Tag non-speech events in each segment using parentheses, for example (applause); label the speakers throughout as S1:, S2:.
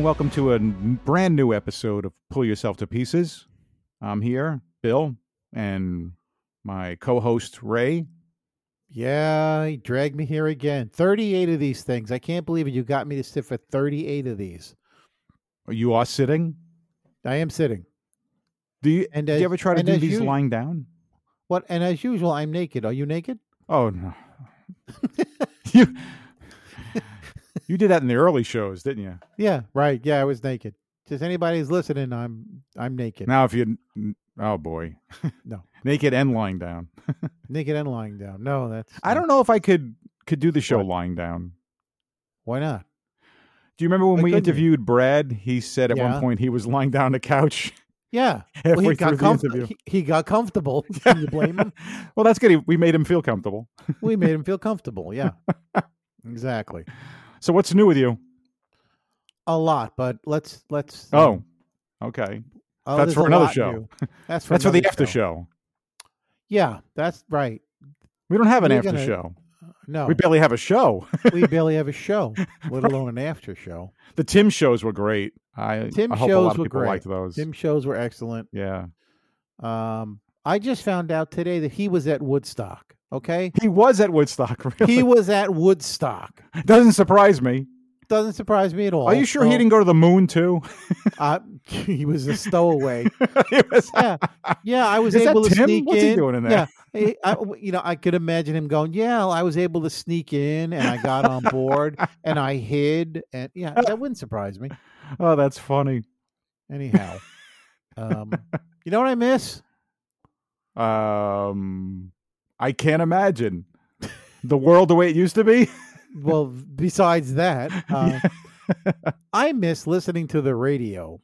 S1: welcome to a n- brand new episode of Pull Yourself to Pieces. I'm here, Bill, and my co host, Ray.
S2: Yeah, he dragged me here again. 38 of these things. I can't believe it. You got me to sit for 38 of these.
S1: You are sitting.
S2: I am sitting.
S1: Do you,
S2: And
S1: do
S2: as-
S1: you ever try to
S2: and
S1: do
S2: as
S1: these
S2: you-
S1: lying down?
S2: What? And as usual, I'm naked. Are you naked?
S1: Oh,
S2: (laughs)
S1: no. you, you did that in the early shows, didn't you?
S2: Yeah, right. Yeah, I was naked. Just anybody who's listening, I'm I'm naked.
S1: Now, if you, oh boy, (laughs)
S2: No.
S1: naked and lying down.
S2: Naked and lying down. No, that's
S1: I don't know if I could could do the show
S2: What?
S1: lying down.
S2: why not?
S1: Do you remember when
S2: Why
S1: we
S2: couldn't you?
S1: interviewed Brad? He said at
S2: Yeah.
S1: one point he was lying down on the couch
S2: Yeah.
S1: halfway
S2: he
S1: through
S2: got
S1: the
S2: comf-
S1: interview.
S2: he, he
S1: (laughs)
S2: got comfortable. Can you blame him?
S1: well, that's good. He- We made him feel comfortable.
S2: We made him feel comfortable. Yeah. exactly.
S1: So what's new with you?
S2: A lot, but let's let's
S1: Oh, okay.
S2: oh,
S1: that's
S2: there's
S1: for
S2: a
S1: another
S2: lot
S1: show.
S2: new.
S1: (laughs)
S2: That's for
S1: That's for the
S2: another
S1: after show.
S2: Yeah, that's right.
S1: We don't have an
S2: We're
S1: after
S2: gonna-
S1: show.
S2: No.
S1: We barely have a show. (laughs)
S2: we barely have a show, let alone an after show.
S1: the Tim shows were great. I,
S2: Tim
S1: I hope a
S2: shows
S1: lot of
S2: were
S1: people
S2: great.
S1: liked those.
S2: Tim shows were excellent.
S1: yeah,
S2: Um, I just found out today that he was at Woodstock. Okay,
S1: (laughs) he was at Woodstock. (laughs) Really,
S2: he was at Woodstock.
S1: (laughs) doesn't surprise me.
S2: Doesn't surprise me at all.
S1: Are you sure he
S2: So,
S1: didn't go to the moon too? (laughs)
S2: Uh, (laughs) he was a stowaway.
S1: He was-
S2: yeah, yeah. I was
S1: Is that
S2: able to
S1: Tim?
S2: sneak
S1: What's
S2: in.
S1: he doing in there?
S2: Yeah. I- I- w- you know, I could imagine him going, "Yeah, I was able to sneak in, and I got on board, and I hid, and yeah, that wouldn't surprise me."
S1: Oh, that's funny. (laughs)
S2: Anyhow, um, you know what I miss?
S1: Um, I can't imagine (laughs) the world the way it used to be.
S2: well,
S1: (laughs)
S2: besides that, uh, I miss listening to the radio.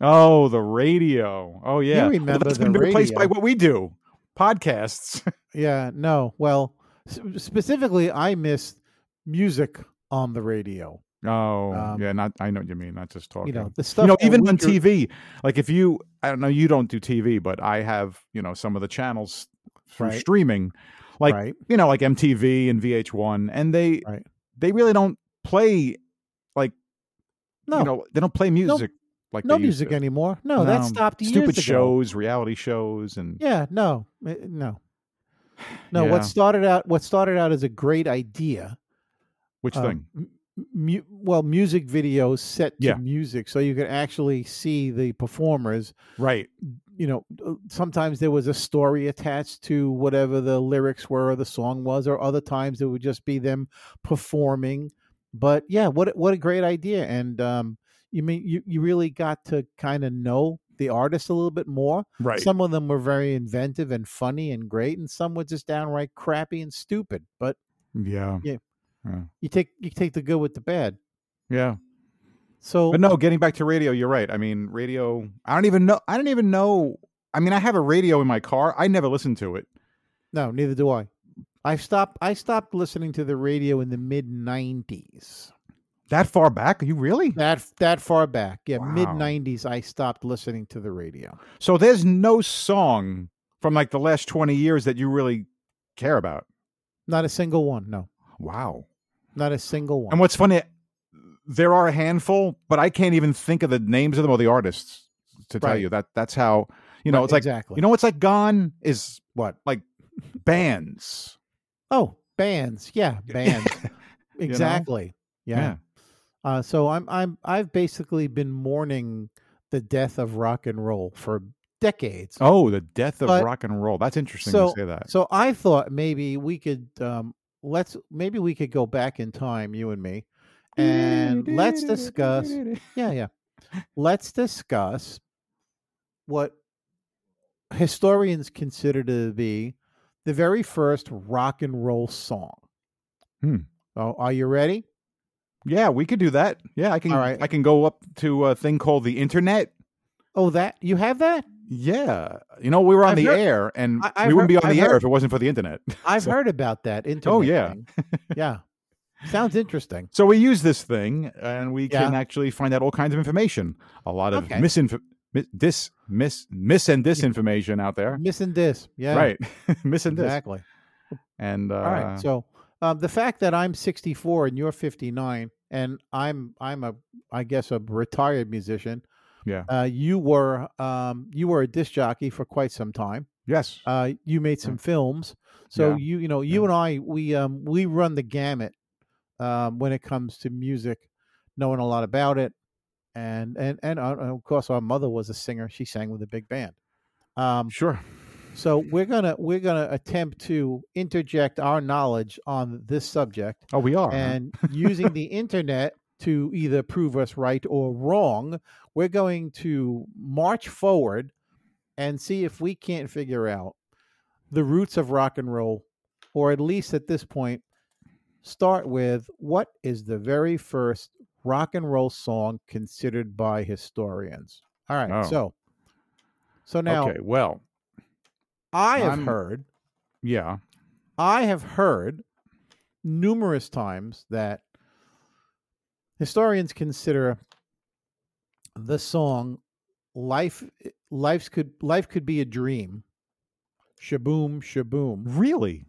S1: Oh, the radio. Oh yeah, Well,
S2: remember
S1: that's
S2: the
S1: been replaced by
S2: radio.
S1: what we do, podcasts. (laughs)
S2: Yeah, no. Well, s- specifically, I miss music on the radio.
S1: Oh
S2: Um,
S1: yeah, not I know what you mean. Not just talking.
S2: You know, the stuff.
S1: You know,
S2: that
S1: even
S2: we
S1: on
S2: grew-
S1: TV, like if you, I don't know, you don't do TV, but I have, you know, some of the channels through
S2: Right.
S1: streaming, like
S2: right?
S1: you know, like MTV and VH1, and they
S2: Right.
S1: they really don't play
S2: No,
S1: you know, they don't play music like
S2: no
S1: they used
S2: music
S1: to.
S2: anymore. No, that
S1: No,
S2: stopped years
S1: Stupid
S2: ago.
S1: shows, reality shows, and
S2: Yeah, no, eh, no, no.
S1: Yeah.
S2: What started out, what started out as a great idea,
S1: which
S2: um,
S1: thing?
S2: m- mu- well, music videos set to
S1: Yeah.
S2: music, so you could actually see the performers
S1: Right.
S2: you know, uh, sometimes there was a story attached to whatever the lyrics were or the song was, or other times it would just be them performing. But yeah, what a- what a great idea! And um, you mean you you really got to kind of know the artists a little bit more.
S1: Right.
S2: Some of them were very inventive and funny and great, and some were just downright crappy and stupid. But
S1: yeah.
S2: you take you take the good with the bad.
S1: Yeah.
S2: So
S1: But no, getting back to radio, you're right. I mean, radio, I don't even know. I don't even know. I mean, I have a radio in my car. I never listen to it.
S2: no, neither do I. I stopped I stopped listening to the radio in the mid '90s.
S1: That far back? Are you really?
S2: That that far back, yeah,
S1: Wow.
S2: mid '90s, I stopped listening to the radio.
S1: So there's no song from like the last 20 years that you really care about.
S2: Not a single one, no,
S1: Wow.
S2: not a single one.
S1: And what's funny, there are a handful, but I can't even think of the names of them or the artists to tell
S2: Right.
S1: you that that's how, you know,
S2: Right,
S1: it's like,
S2: exactly.
S1: you know, what's like gone is
S2: what?
S1: bands.
S2: Oh, bands, yeah,
S1: (laughs)
S2: bands,
S1: know?
S2: exactly, yeah. Uh, so I'm I'm I've basically been mourning the death of rock and roll for decades.
S1: Oh, the death of
S2: But-
S1: rock and roll. That's interesting
S2: so-
S1: to say that.
S2: So I thought maybe we could um, let's maybe we could go back in time, you and me, and let's discuss Yeah, yeah. Let's discuss what historians consider to be the very first rock and roll song.
S1: Hmm.
S2: Oh, are you ready?
S1: (laughs) Yeah, we could do that. Yeah, I can.
S2: All right.
S1: I can go up to a thing called the internet.
S2: Oh, that you
S1: (laughs)
S2: have that?
S1: Yeah, you know, we were on
S2: I've
S1: the
S2: heard-
S1: air, and
S2: I- I've
S1: we wouldn't
S2: heard-
S1: be on the
S2: I've
S1: air
S2: heard-
S1: if it wasn't for the internet. (laughs)
S2: I've
S1: So- Oh,
S2: heard about that. Internet
S1: yeah.
S2: thing. yeah.
S1: (laughs)
S2: Sounds interesting.
S1: So we use this thing, and we
S2: Yeah.
S1: can actually find out all kinds of information. A lot of
S2: Okay.
S1: misinf, mis, dis, mis, mis and disinformation out there.
S2: Missing this. Yeah.
S1: Right, (laughs) mis and dis,
S2: Exactly.
S1: and uh,
S2: All right. So um, the fact that I'm 64 and you're 59 and I'm I'm a I guess a retired musician.
S1: Yeah.
S2: Uh, you were um, you were a disc jockey for quite some time.
S1: Yes.
S2: Uh, you made some films, so
S1: Hmm. Yeah.
S2: you you know you
S1: Yeah.
S2: and I we um, we run the gamut um, when it comes to music, knowing a lot about it, and and and uh, of course our mother was a singer. She sang with a big band. Um,
S1: sure.
S2: so we're gonna we're gonna attempt to interject our knowledge on this subject
S1: Oh, we are. huh?
S2: and
S1: (laughs)
S2: using the internet to either prove us right or wrong, we're going to march forward and see if we can't figure out the roots of rock and roll, or at least at this point, start with what is the very first rock and roll song considered by historians. All right,
S1: Oh.
S2: so so now
S1: okay. Well,
S2: I have
S1: I'm-
S2: heard
S1: yeah.
S2: I have heard numerous times that historians consider the song "Life Life's Could Life Could Be a Dream." Shaboom Shaboom
S1: Really?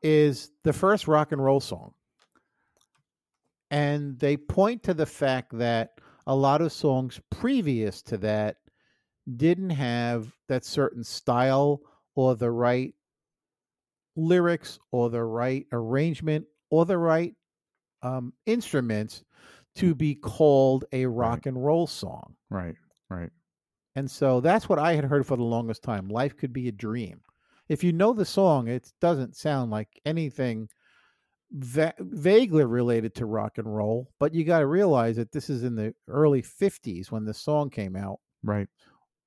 S2: is the first rock and roll song. And they point to the fact that a lot of songs previous to that didn't have that certain style or the right lyrics or the right arrangement or the right um, instruments to be called a rock and roll song.
S1: Right.
S2: And so that's what I had heard for the longest time. Life could be a dream. If you know the song, it doesn't sound like anything va- vaguely related to rock and roll, but you got to realize that this is in the early 50s when the song came out,
S1: Right.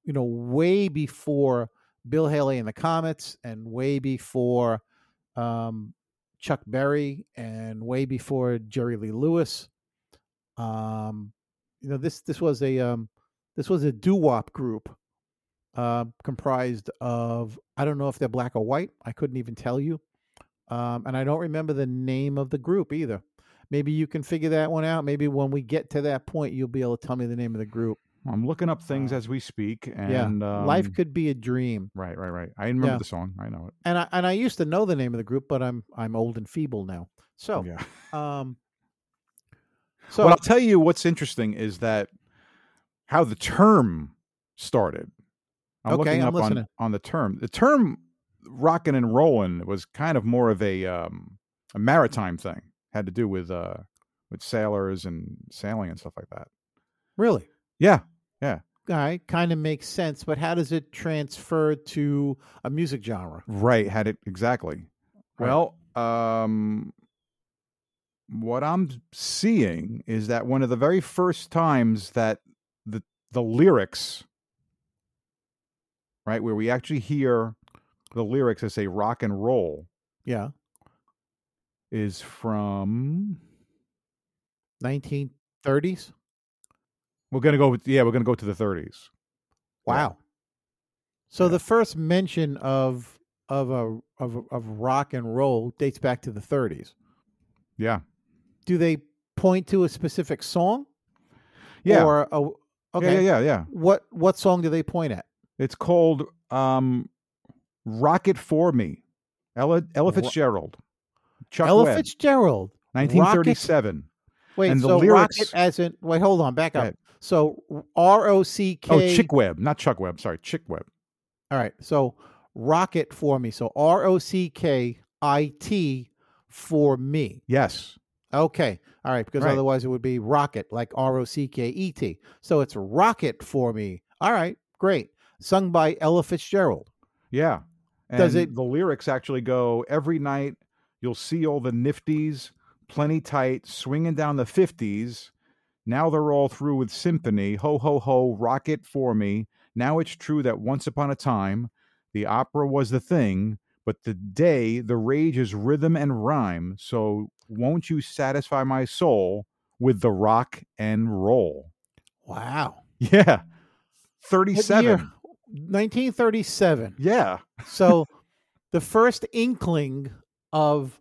S2: you know, way before Bill Haley and the Comets and way before um, Chuck Berry and way before Jerry Lee Lewis. Um, you know this this was a um, this was a doo wop group uh, comprised of I don't know if they're black or white. I couldn't even tell you, um, and I don't remember the name of the group either. Maybe you can figure that one out. Maybe when we get to that point, you'll be able to tell me the name of the group.
S1: I'm looking up things
S2: Uh,
S1: as we speak.
S2: yeah.
S1: And Um,
S2: Life could be a dream,
S1: Right. Right. Right. I remember
S2: Yeah.
S1: the song. I know it.
S2: and I and I used to know the name of the group, but I'm I'm old and feeble now. So,
S1: Yeah.
S2: um, so
S1: but I'll tell you what's interesting is that how the term started. I'm
S2: Okay,
S1: looking
S2: I'm
S1: up
S2: listening.
S1: on on the term. The term "rockin' and rollin'" was kind of more of a um, a maritime thing. Had to do with uh, with sailors and sailing and stuff like that.
S2: really,
S1: Yeah,
S2: All right, kind of makes sense, but how does it transfer to a music genre?
S1: right. Had it exactly.
S2: Right.
S1: Well, um, what I'm seeing is that one of the very first times that the the lyrics, right, where we actually hear the lyrics as a rock and roll
S2: Yeah,
S1: is from
S2: 1930s.
S1: we're gonna go with yeah we're gonna go to the 30s Yeah.
S2: Wow. So
S1: Yeah.
S2: the first mention of of a of a- of rock and roll dates back to the 30s.
S1: yeah
S2: Do they point to a specific song?
S1: yeah
S2: Or a, okay.
S1: yeah yeah yeah yeah
S2: What what song do they point at?
S1: it's called um rocket for me ella ella
S2: Ro-
S1: fitzgerald chuck
S2: Ella
S1: Webb,
S2: Fitzgerald.
S1: 1937
S2: Wait,
S1: And the
S2: so
S1: lyrics-
S2: rocket as in wait, hold on, back
S1: Go
S2: up.
S1: ahead.
S2: So R O C K.
S1: oh chick webb not chuck webb sorry chick webb
S2: All right. So rocket for me. So R O C K I T for me.
S1: yes
S2: Okay. All right. Because
S1: Right.
S2: otherwise it would be rocket, like R O C K E T. So it's rocket for me. All right. Great. Sung by Ella Fitzgerald.
S1: yeah
S2: Does
S1: And
S2: it-
S1: the lyrics actually go every night you'll see all the nifties plenty tight swinging down the 50s now they're all through with symphony ho ho ho rocket for me now it's true that once upon a time the opera was the thing but today the rage is rhythm and rhyme so won't you satisfy my soul with the rock and roll (laughs)
S2: Wow.
S1: yeah
S2: What
S1: 37
S2: year? 1937.
S1: yeah
S2: So the first inkling of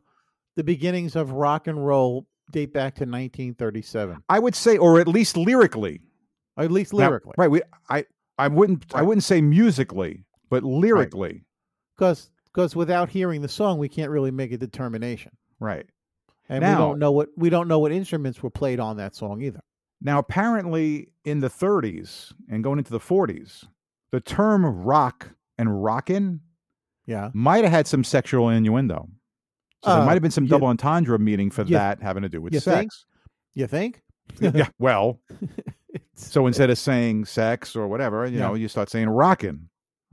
S2: the beginnings of rock and roll date back to 1937,
S1: i would say or at least lyrically
S2: or at least
S1: Now,
S2: lyrically.
S1: right. We, I, I wouldn't, I
S2: Right.
S1: wouldn't say musically, but lyrically,
S2: because because without hearing the song we can't really make a determination
S1: right.
S2: and we
S1: Now-
S2: don't know what we don't know what instruments were played on that song either.
S1: Now, apparently, in the 30s and going into the 40s, the term rock and rockin'
S2: Yeah,
S1: might have had some sexual innuendo. So there
S2: Uh,
S1: might have been some
S2: you-
S1: double entendre meaning for
S2: you-
S1: that having to do with
S2: you think?
S1: sex. (laughs)
S2: you think?
S1: yeah, well,
S2: It's- (laughs)
S1: so instead of saying sex or whatever, you
S2: Yeah.
S1: know, you start saying rockin',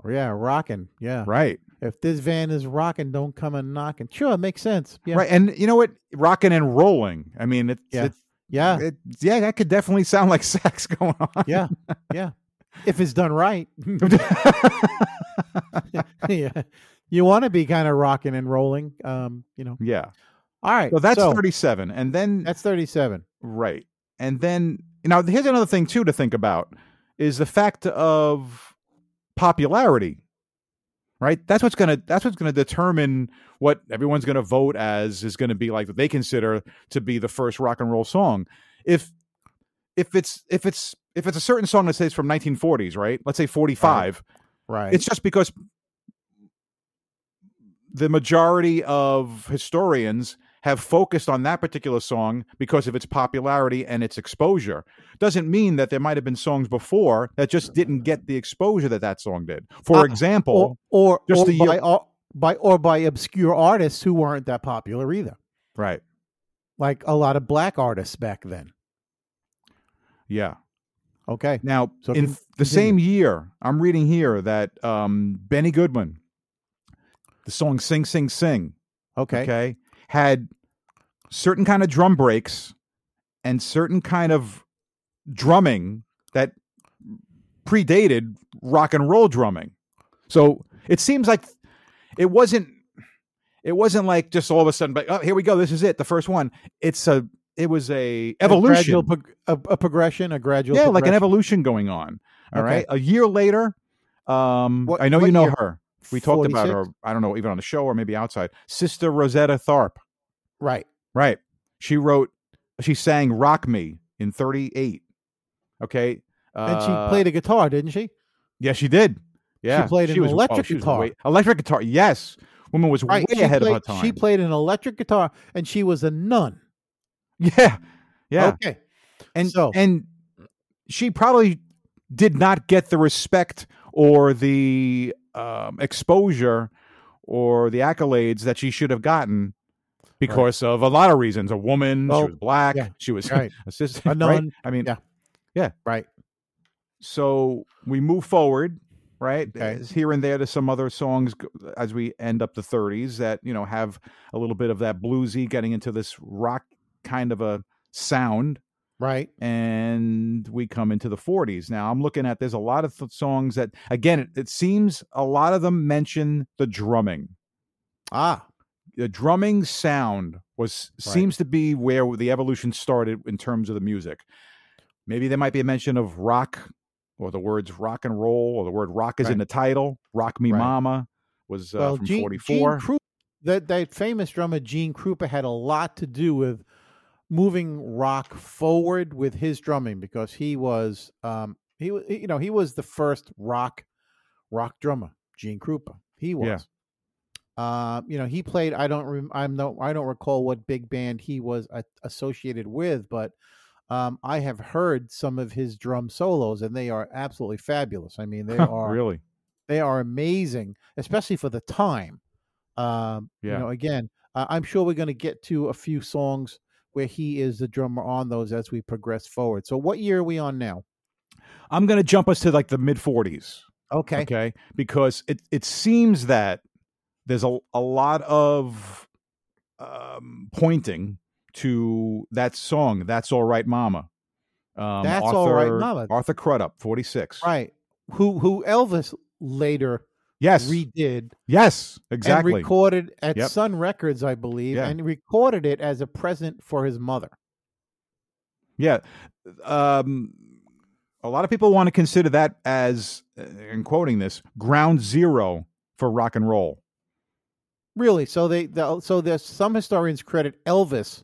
S2: yeah, rocking. Yeah,
S1: right?
S2: if this van is rocking, don't come and knocking. Sure, it makes sense. Yeah,
S1: Right. And you know what? Rockin' and rolling. I mean, it,
S2: Yeah.
S1: it,
S2: yeah,
S1: it- yeah, that could definitely sound like (laughs) sex going
S2: (laughs)
S1: on.
S2: yeah, yeah. If it's done right, (laughs) yeah. you want to be kind of rocking and rolling. Um, you know.
S1: yeah.
S2: All right,
S1: So that's
S2: so
S1: 37. And then
S2: that's thirty-seven.
S1: Right. And then now here's another thing too to think about is the fact of popularity. Right? That's what's gonna that's what's gonna determine what everyone's gonna vote as is gonna be like what they consider to be the first rock and roll song. If if it's if it's if it's a certain song that says from 1940s, right? Let's say 45.
S2: Right.
S1: It's just because the majority of historians have focused on that particular song because of its popularity and its exposure. Doesn't mean that there might have been songs before that just didn't get the exposure that that song did. For
S2: Uh, or
S1: example,
S2: or,
S1: just
S2: or
S1: the
S2: by,
S1: year-
S2: or by or by obscure artists who weren't that popular either.
S1: right?
S2: Like a lot of black artists back then.
S1: Yeah.
S2: Okay.
S1: Now,
S2: So
S1: in
S2: con-
S1: the
S2: continue.
S1: same year, I'm reading here that um, Benny Goodman, the song "Sing Sing Sing,"
S2: Okay.
S1: okay had certain kind of drum breaks and certain kind of drumming that predated rock and roll drumming so it seems like it wasn't it wasn't like just all of a sudden like oh here we go this is it the first one it's a it was a
S2: A gradual
S1: evolution
S2: prog- A, a progression, a gradual.
S1: yeah like an
S2: progression.
S1: evolution going on All
S2: Okay.
S1: right, a year later um
S2: What-
S1: i know you
S2: what
S1: know
S2: year?
S1: her we talked about
S2: 46?
S1: her i don't know even on the show or maybe outside sister rosetta tharp
S2: Right.
S1: Right. She wrote, she sang Rock Me in 38. Okay.
S2: And
S1: Uh,
S2: she played a guitar, didn't she?
S1: Yeah, she did. Yeah.
S2: played an electric
S1: she was
S2: guitar.
S1: way- electric guitar. Yes. Woman was
S2: Right.
S1: way
S2: she,
S1: ahead
S2: played,
S1: of her time.
S2: she played an electric guitar and she was a nun.
S1: (laughs) yeah. Yeah.
S2: Okay.
S1: and
S2: Oh, so-
S1: and she probably did not get the respect or the um, exposure or the accolades that she should have gotten because of a lot of reasons. A woman,
S2: Well,
S1: she was black,
S2: Oh, yeah,
S1: she was
S2: right.
S1: a sister, (laughs)
S2: A
S1: right?
S2: nun,
S1: I mean,
S2: yeah.
S1: yeah,
S2: Right.
S1: So we move forward, right?
S2: Okay.
S1: As Here and there to some other songs g- as we end up the 30s that you know have a little bit of that bluesy, getting into this rock kind of a sound
S2: Right.
S1: and we come into the 40s. Now I'm looking at there's a lot of th- songs that again it, it seems a lot of them mention the drumming.
S2: Ah.
S1: The drumming sound was
S2: Right.
S1: seems to be where the evolution started in terms of the music. Maybe there might be a mention of rock or the words rock and roll or the word rock is in
S2: Right.
S1: the title. Rock Me
S2: Right.
S1: Mama was uh,
S2: well,
S1: from
S2: Gene,
S1: 44.
S2: Gene Krupa, that that famous drummer Gene Krupa had a lot to do with moving rock forward with his drumming because he was um he was you know he was the first rock rock drummer Gene Krupa he was.
S1: Yeah.
S2: Uh, you know, he played. I don't. Rem- I'm no. I don't recall what big band he was a- associated with, but um, I have heard some of his drum solos, and they are absolutely fabulous.
S1: (laughs)
S2: I mean, they are
S1: really?
S2: they are amazing, especially for the time. Um,
S1: Yeah.
S2: You know, again, uh, I'm sure we're going to get to a few songs where he is the drummer on those as we progress forward. So, what year are we on now?
S1: I'm going to jump us to like the mid 40s.
S2: Okay.
S1: Okay. Because it, it seems that there's a, a lot of um, pointing to that song, That's All Right Mama. Um,
S2: That's
S1: Arthur,
S2: All Right Mama.
S1: Arthur Crudup, 46.
S2: Right. Who who Elvis later
S1: Yes.
S2: redid
S1: yes.
S2: and
S1: Exactly.
S2: recorded at
S1: Yep.
S2: Sun Records, I believe,
S1: Yeah.
S2: and recorded it as a present for his mother.
S1: yeah. Um, a lot of people want to consider that as, uh, in quoting this, ground zero for rock and roll.
S2: Really? So they the, so there's some historians credit Elvis.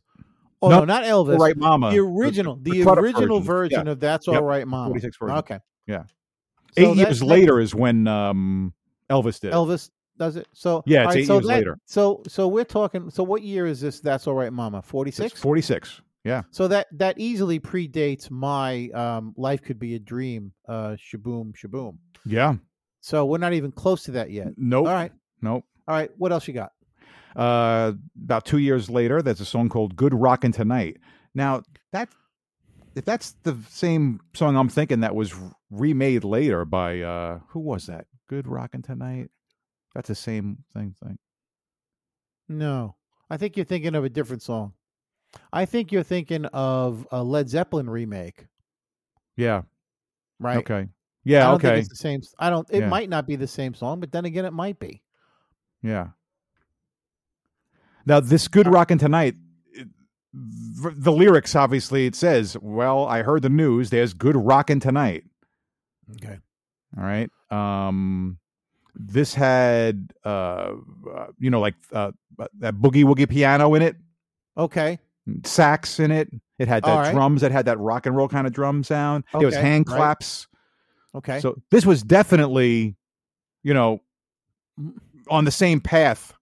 S2: Oh
S1: No,
S2: no, not Elvis.
S1: right, Mama.
S2: the original,
S1: the
S2: the,
S1: Crudup
S2: original
S1: version.
S2: version,
S1: Yeah.
S2: of "That's
S1: Yep.
S2: All Right, Mom."
S1: 46 version.
S2: Okay.
S1: Yeah.
S2: So
S1: Eight
S2: that-
S1: years
S2: that-
S1: later is when um, Elvis did. it.
S2: Elvis does it? So
S1: Yeah, it's
S2: all
S1: eight
S2: so
S1: years
S2: that-
S1: later.
S2: So so we're talking. So what year is this? That's all right, Mama. Forty
S1: It's
S2: six.
S1: 46. Yeah.
S2: So that that easily predates my um, life could be a dream. Uh, shaboom, shaboom.
S1: Yeah.
S2: So we're not even close to that yet.
S1: Nope.
S2: All right,
S1: Nope.
S2: all right. What else you got?
S1: Uh, about two years later, that's a song called Good Rockin' Tonight. Now, that if that's the same song I'm thinking that was remade later by uh who was that? Good Rockin' Tonight. That's the same thing thing.
S2: No, I think you're thinking of a different song. I think you're thinking of a Led Zeppelin remake,
S1: Yeah.
S2: right?
S1: Okay.
S2: I
S1: Yeah,
S2: don't
S1: okay.
S2: Think it's the same. s- I don't. It
S1: Yeah.
S2: might not be the same song, but then again, it might be.
S1: Yeah. Now this good rockin' tonight. it- v- The lyrics, obviously, it says, "Well, I heard the news. There's good rockin' tonight."
S2: Okay.
S1: All right. Um, this had, uh, uh, you know, like uh, that boogie woogie piano in it,
S2: Okay.
S1: sax in it. It had
S2: All
S1: that
S2: right.
S1: drums. It had that rock and roll kind of drum sound. There was
S2: Okay,
S1: hand
S2: right.
S1: claps.
S2: Okay.
S1: So this was definitely, you know,
S2: Mm.
S1: on the same path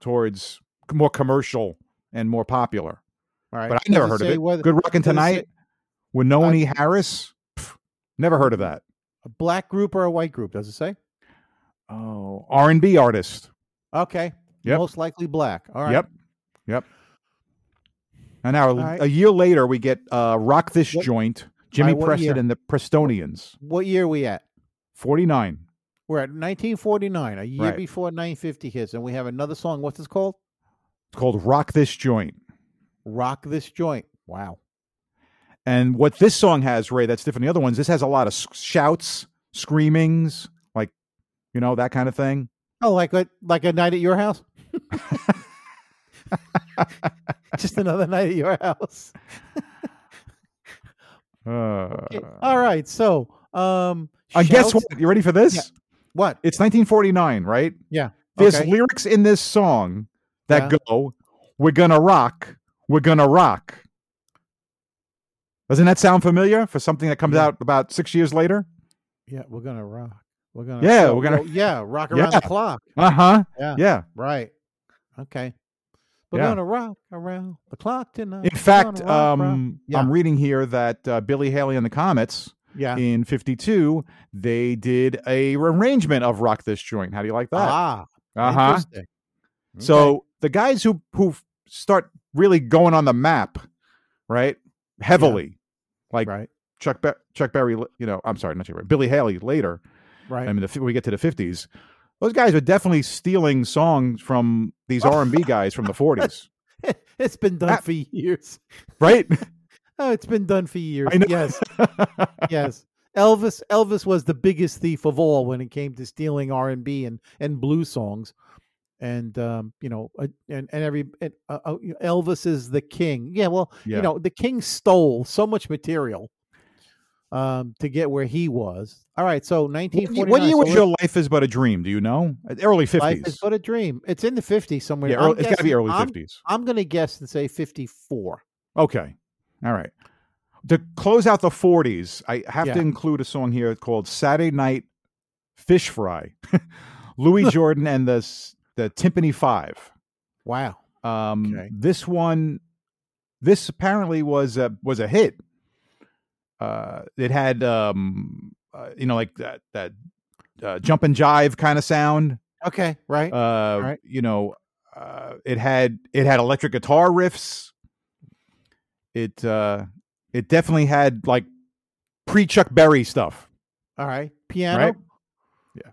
S1: towards more commercial and more popular.
S2: all right.
S1: But I
S2: Does
S1: never heard of
S2: say
S1: it.
S2: whether-
S1: Good Rockin'
S2: does it say Uh,
S1: Tonight with no E. Harris. Pff, never heard of that.
S2: A black group or a white group? Does it say?
S1: Oh, R and B artist.
S2: Okay.
S1: Yep.
S2: Most likely black. All right.
S1: Yep, yep. And now,
S2: right.
S1: a year later, we get uh, "Rock This
S2: What-
S1: Joint," Jimmy
S2: Alright, what
S1: Preston
S2: year?
S1: and the Prestonians,
S2: What year are we at?
S1: forty nine.
S2: We're at 1949, a year
S1: Right.
S2: before 950 hits, and we have another song. What's this called?
S1: It's called "Rock This Joint."
S2: Rock This Joint. Wow.
S1: And what this song has, Ray, that's different than the other ones. This has a lot of s- shouts, screamings, like you know that kind of thing.
S2: Oh, like a, like a night at
S1: (laughs)
S2: your house? Just another night at your house.
S1: Uh,
S2: Okay, All right. So, um,
S1: and guess
S2: shouts-
S1: what? You ready for this?
S2: Yeah. What?
S1: It's 1949, right?
S2: Yeah.
S1: There's
S2: Okay.
S1: lyrics in this song that
S2: Yeah.
S1: go, "We're gonna rock, we're gonna rock." Doesn't that sound familiar for something that comes
S2: Yeah.
S1: out about six years later?
S2: Yeah, we're gonna rock. We're gonna.
S1: Yeah,
S2: oh,
S1: we're gonna-
S2: well, yeah, rock around
S1: (laughs)
S2: the
S1: Yeah.
S2: clock.
S1: Uh huh.
S2: Yeah.
S1: Yeah.
S2: Right. Okay. We're
S1: Yeah.
S2: gonna rock around the clock tonight.
S1: In
S2: We're
S1: fact,
S2: gonna rock, rock.
S1: um,
S2: Yeah.
S1: I'm reading here that uh, Billy Haley and the Comets
S2: yeah.
S1: in '52 they did a arrangement of "Rock This Joint." How do you like that?
S2: Ah,
S1: Uh huh.
S2: interesting. Okay.
S1: So the guys who who f- start really going on the map, right, heavily, like
S2: right,
S1: Chuck Be- Chuck Berry, you know, I'm sorry, not Chuck Berry, Billy Haley later.
S2: right.
S1: I mean, the, fi- we get to the 50s, those guys were definitely stealing songs from these R&B guys from the 40s,
S2: (laughs) it's been done
S1: Ah.
S2: for years.
S1: (laughs) right?
S2: Oh, it's been done for years.
S1: know. (laughs)
S2: Yes, yes. Elvis, Elvis was the biggest thief of all when it came to stealing R and B and and blues songs, and um, you know, uh, and and every and, uh, uh, Elvis is the king. Yeah, well,
S1: Yeah.
S2: you know, the king stole so much material um to get where he was. All right, so nineteen forty.
S1: what year was your life is but a dream? Do you know? Uh, Early 50s.
S2: Life is but a dream. It's in the 50s somewhere.
S1: yeah,
S2: I'm
S1: early, it's got to be
S2: guessing-
S1: early
S2: I'm
S1: 50s.
S2: I'm going to guess and say 54.
S1: Okay. All right. To close out the 40s, I have to
S2: Yeah.
S1: include a song here called Saturday Night Fish Fry. (laughs) Louis Jordan and the s- the Timpani 5.
S2: Wow.
S1: Um,
S2: Okay.
S1: This one, this apparently was a was a hit. Uh, it had um, uh, you know, like that that uh, jump and jive kind of sound.
S2: Okay, right?
S1: Uh,
S2: right.
S1: you know, uh, it had it had electric guitar riffs. It uh, it definitely had like pre Chuck Berry stuff,
S2: All right. Piano.
S1: right? Yeah.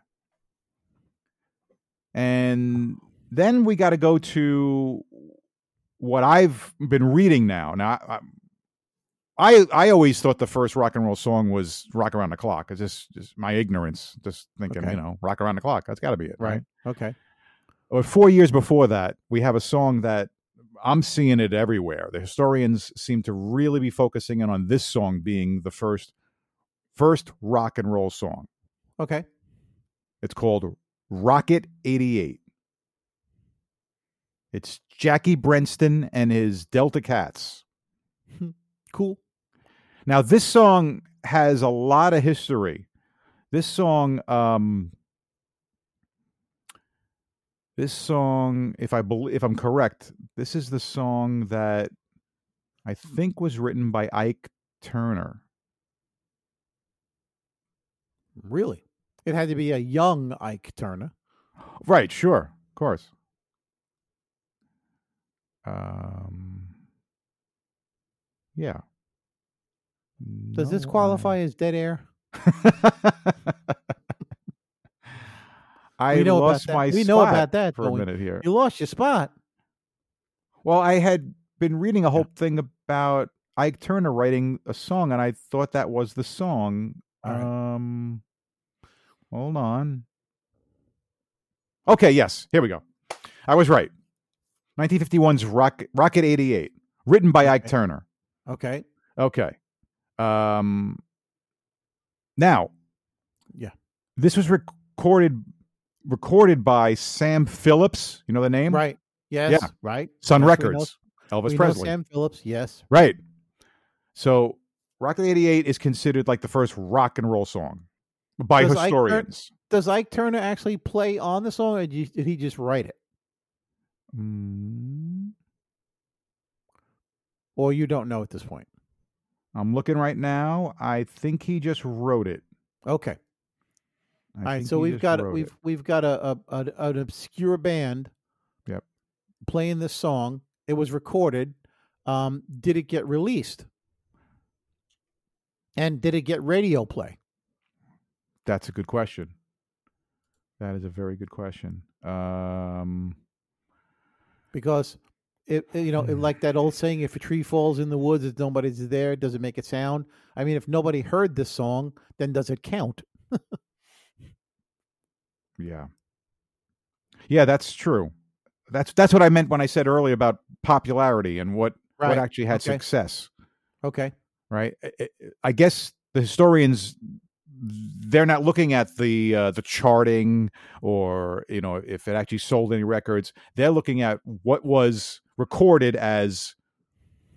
S1: And then we got to go to what I've been reading now. Now, I, I I always thought the first rock and roll song was "Rock Around the Clock." It's just, just my ignorance, just thinking,
S2: Okay.
S1: you know, "Rock Around the Clock." That's got to be it,
S2: Right. Okay.
S1: or four years before that, we have a song that I'm seeing it everywhere. The historians seem to really be focusing in on this song being the first first rock and roll song.
S2: Okay.
S1: It's called Rocket 88. It's Jackie Brenston and his Delta Cats.
S2: Cool.
S1: Now, this song has a lot of history. This song, um, This song, if I believe, if I'm correct, this is the song that I think was written by Ike Turner.
S2: Really? It had to be a young Ike Turner.
S1: Right, sure, of course. Um, yeah.
S2: Does this
S1: No, I- (laughs)
S2: qualify as dead air?
S1: I
S2: We know about
S1: lost
S2: that-
S1: my
S2: we know
S1: spot
S2: about that,
S1: for
S2: don't
S1: a
S2: we?
S1: minute here.
S2: You lost your spot.
S1: Well, I had been reading a whole thing about Ike Turner writing a song, and I thought that was the song.
S2: All
S1: Um, hold on. Okay, yes, here we go. I was right. 1951's Rocket Rocket 88, written by Ike
S2: Okay.
S1: Turner.
S2: Okay.
S1: Okay. Um. Now.
S2: Yeah.
S1: This was recorded recorded by Sam Phillips. You know the name,
S2: Right. Yes. Right.
S1: Sun
S2: Yes, we know-
S1: Records. Elvis
S2: we know
S1: Presley.
S2: Sam Phillips. Yes.
S1: Right. So Rocket 88 is considered like the first rock and roll song by
S2: Does Ike Turner-
S1: historians.
S2: Does Ike Turner actually play on the song, or did you- did he just write it?
S1: Mm,
S2: Or you don't know at this point?
S1: I'm looking right now. I think he just wrote it.
S2: Okay.
S1: I
S2: All right.
S1: think
S2: So
S1: he
S2: we've
S1: just
S2: got
S1: wrote
S2: we've
S1: it.
S2: we've got a, a, a an obscure band.
S1: Yep.
S2: Playing this song. It was recorded. Um, did it get released? And did it get radio play?
S1: That's a good question. That is a very good question. Um,
S2: because it it- you know it,
S1: Hmm.
S2: like that old saying if a tree falls in the woods if nobody's there does it make a sound i mean if nobody heard this song then does it count
S1: yeah. Yeah, that's true. That's that's what I meant when I said earlier about popularity and what what actually had
S2: Okay.
S1: success.
S2: okay
S1: right? I- I- I guess the historians they're not looking at the uh, the charting or you know if it actually sold any records. They're looking at what was recorded as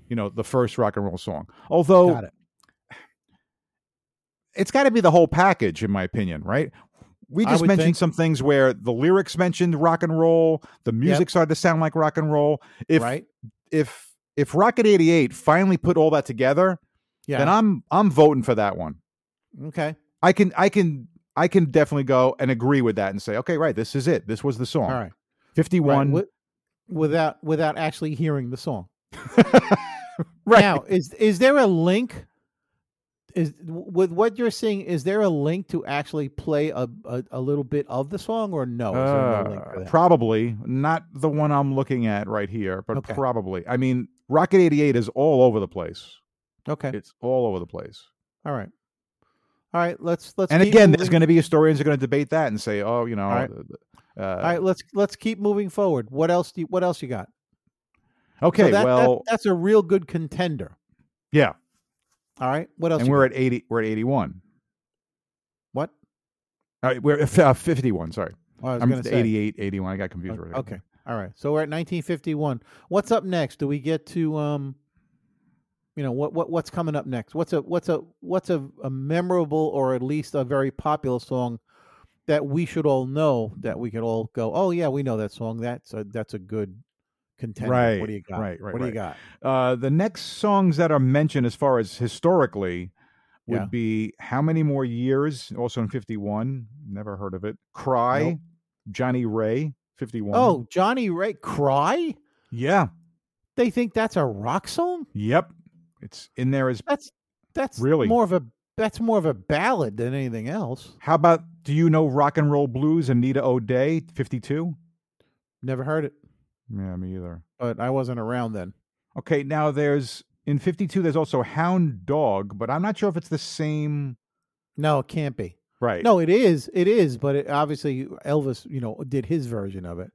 S1: you know the first rock and roll song. Although
S2: got it
S1: it's got to be the whole package, in my opinion, right? We
S2: I
S1: just
S2: would
S1: mentioned
S2: think-
S1: some things where the lyrics mentioned rock and roll, the music started to sound like rock and roll. If
S2: right
S1: if if Rocket 88 finally put all that together, then
S2: yeah
S1: I'm I'm voting for that one.
S2: okay
S1: I can I can I can definitely go and agree with that and say, okay, right, this is it. This was the song.
S2: all right
S1: Fifty
S2: right.
S1: one.
S2: Wi- without without actually hearing the song
S1: Right.
S2: now is is there a link is with what you're seeing is there a link to actually play a, a, a little bit of the song or no, is there no link
S1: Uh,
S2: for that?
S1: probably not the one I'm looking at right here, but
S2: Okay.
S1: probably. I mean, Rocket eighty eight is all over the place.
S2: okay
S1: It's all over the place.
S2: all right all right let's let's
S1: and
S2: keep
S1: again, there's
S2: moving.
S1: going to be historians are going to debate that and say, oh, you know,
S2: right.
S1: uh,
S2: All right, let's let's keep moving forward. What else do you, what else you got? So
S1: okay,
S2: that- that-
S1: well,
S2: that's a real good contender.
S1: yeah,
S2: All right, what else?
S1: and
S2: you
S1: we're
S2: got?
S1: at eighty. We're at eighty one.
S2: what?
S1: All right, we're (laughs) at uh, fifty one. Sorry,
S2: Oh, I was
S1: I'm
S2: going to say. Oh,
S1: 88, 81. I got confused. right there.
S2: Okay, all right. So we're at 1951. What's up next? Do we get to um, you know what what what's coming up next? What's a what's a what's a, a memorable or at least a very popular song that we should all know that we could all go, oh yeah, we know that song. That's a that's a good contender.
S1: Right,
S2: What do you got?
S1: right, right,
S2: What do you
S1: right.
S2: got?
S1: Uh, the next songs that are mentioned as far as historically would
S2: Yeah.
S1: be How Many More Years, also in 51. Never heard of it. Cry,
S2: Nope.
S1: Johnny Ray, 51.
S2: Oh, Johnny Ray, cry.
S1: yeah.
S2: They think that's a rock song?
S1: Yep. It's in there as
S2: That's that's
S1: Really?
S2: more of a that's more of a ballad than anything else.
S1: How about Do You Know Rock and Roll Blues, Anita O'Day, 52?
S2: Never heard it,
S1: Yeah, me either.
S2: but I wasn't around then.
S1: Okay, now there's in 52, there's also Hound Dog, but I'm not sure if it's the same.
S2: No, it can't be.
S1: Right.
S2: No, it is. It is, but it, obviously Elvis, you know, did his version of it.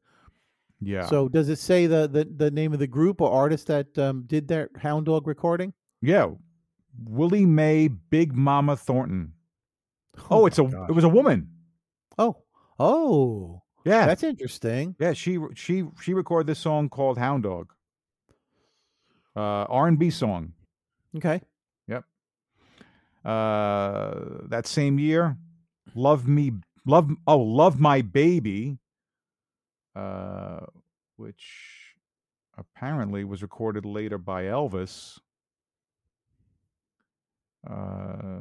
S1: Yeah.
S2: So does it say the, the the name of the group or artist that um, did that Hound Dog recording? (laughs)
S1: yeah. Willie Mae, Big Mama Thornton. Oh, it's a
S2: my gosh.
S1: it was a woman.
S2: Oh. Oh.
S1: Yeah,
S2: That's interesting.
S1: yeah. She she she recorded this song called Hound Dog. Uh, R and B song.
S2: Okay.
S1: Uh, that same year, love me, love oh, love my baby. uh, which apparently was recorded later by Elvis. Uh,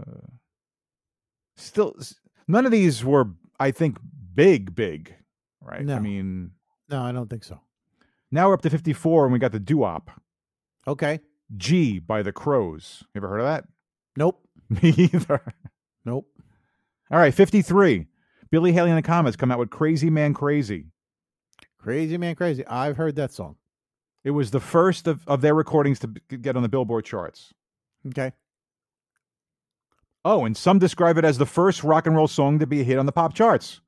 S1: still, s- none of these were, I think, big, big, right? I
S2: No.
S1: mean,
S2: No, I don't think so.
S1: now we're up to 54 and we got the doo
S2: Okay.
S1: G by the Crows. You ever heard of that? (laughs)
S2: Nope.
S1: Me either.
S2: Nope.
S1: All right, 53. Billy Haley and the Comets come out with Crazy Man Crazy.
S2: Crazy man, crazy. I've heard that song.
S1: It was the first of, of their recordings to b- get on the Billboard charts.
S2: Okay.
S1: Oh, and some describe it as the first rock and roll song to be a hit on the pop charts.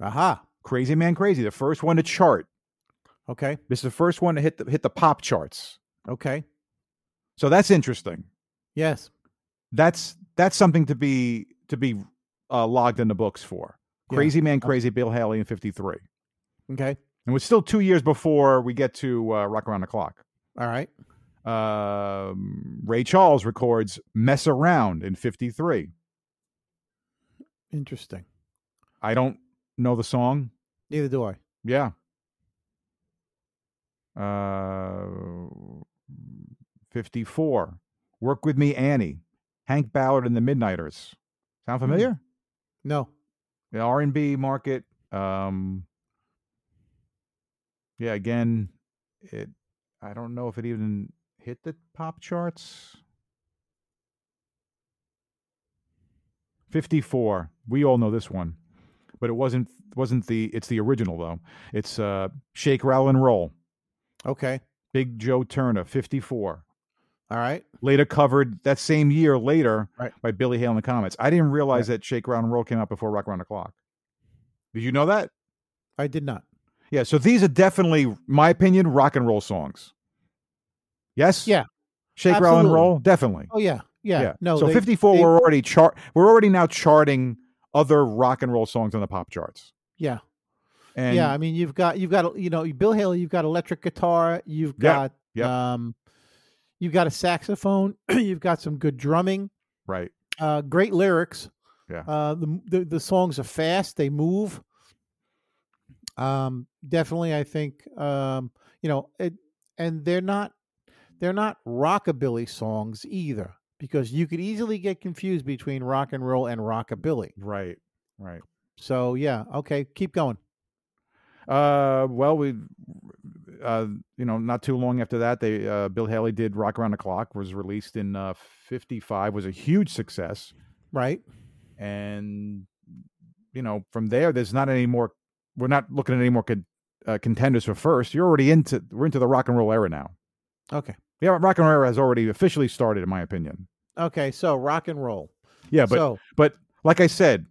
S2: Aha.
S1: Crazy Man Crazy, the first one to chart.
S2: Okay.
S1: This is the first one to hit the, hit the pop charts.
S2: Okay.
S1: So that's interesting.
S2: Yes.
S1: That's that's something to be to be uh, logged in the books for.
S2: Yeah.
S1: Crazy Man Crazy, Bill Haley in 53.
S2: Okay.
S1: And it's still two years before we get to uh, Rock Around the Clock.
S2: All right.
S1: Um, Ray Charles records Mess Around in 53.
S2: Interesting.
S1: I don't know the song.
S2: Neither do I.
S1: Yeah. Uh, 54. Work with Me, Annie. Hank Ballard and the Midnighters. Sound familiar?
S2: No.
S1: The R&B market. Um, yeah, again, it. I don't know if it even hit the pop charts. 54. We all know this one. But it wasn't wasn't the it's the original though. It's uh Shake Rattle and Roll.
S2: Okay.
S1: Big Joe Turner, 54.
S2: All right.
S1: Later covered that same year later
S2: Right.
S1: by Billy Hale and the Comets. I didn't realize that Shake Rattle and Roll came out before Rock Around the Clock. Did you know that?
S2: I did not.
S1: Yeah, so these are definitely, my opinion, rock and roll songs. Yes?
S2: Yeah,
S1: Shake, rattle, and
S2: absolutely.
S1: roll? Definitely.
S2: Oh yeah. Yeah. No.
S1: So
S2: they-
S1: 54,
S2: they-
S1: we're already chart, we're already now charting other rock and roll songs on the pop charts.
S2: Yeah.
S1: And
S2: yeah. I mean, you've got you've got you know Bill Haley. You've got electric guitar. You've
S1: Yeah,
S2: got
S1: yeah.
S2: um, you've got a saxophone. (clears throat) you've got some good drumming.
S1: right.
S2: Uh, great lyrics.
S1: Yeah.
S2: Uh, the, the the songs are fast. They move. Um, definitely, I think um, you know, it, and they're not they're not rockabilly songs either because you could easily get confused between rock and roll and rockabilly.
S1: Right. Right.
S2: So yeah, okay, keep going.
S1: Uh well we uh you know not too long after that they uh Bill Haley did Rock Around the Clock was released in uh 55 was a huge success
S2: Right.
S1: and you know from there there's not any more we're not looking at any more con- uh, contenders for first you're already into we're into the rock and roll era now
S2: Okay.
S1: yeah rock and roll era has already officially started in my opinion
S2: Okay, so rock and roll.
S1: yeah but
S2: so
S1: but like i said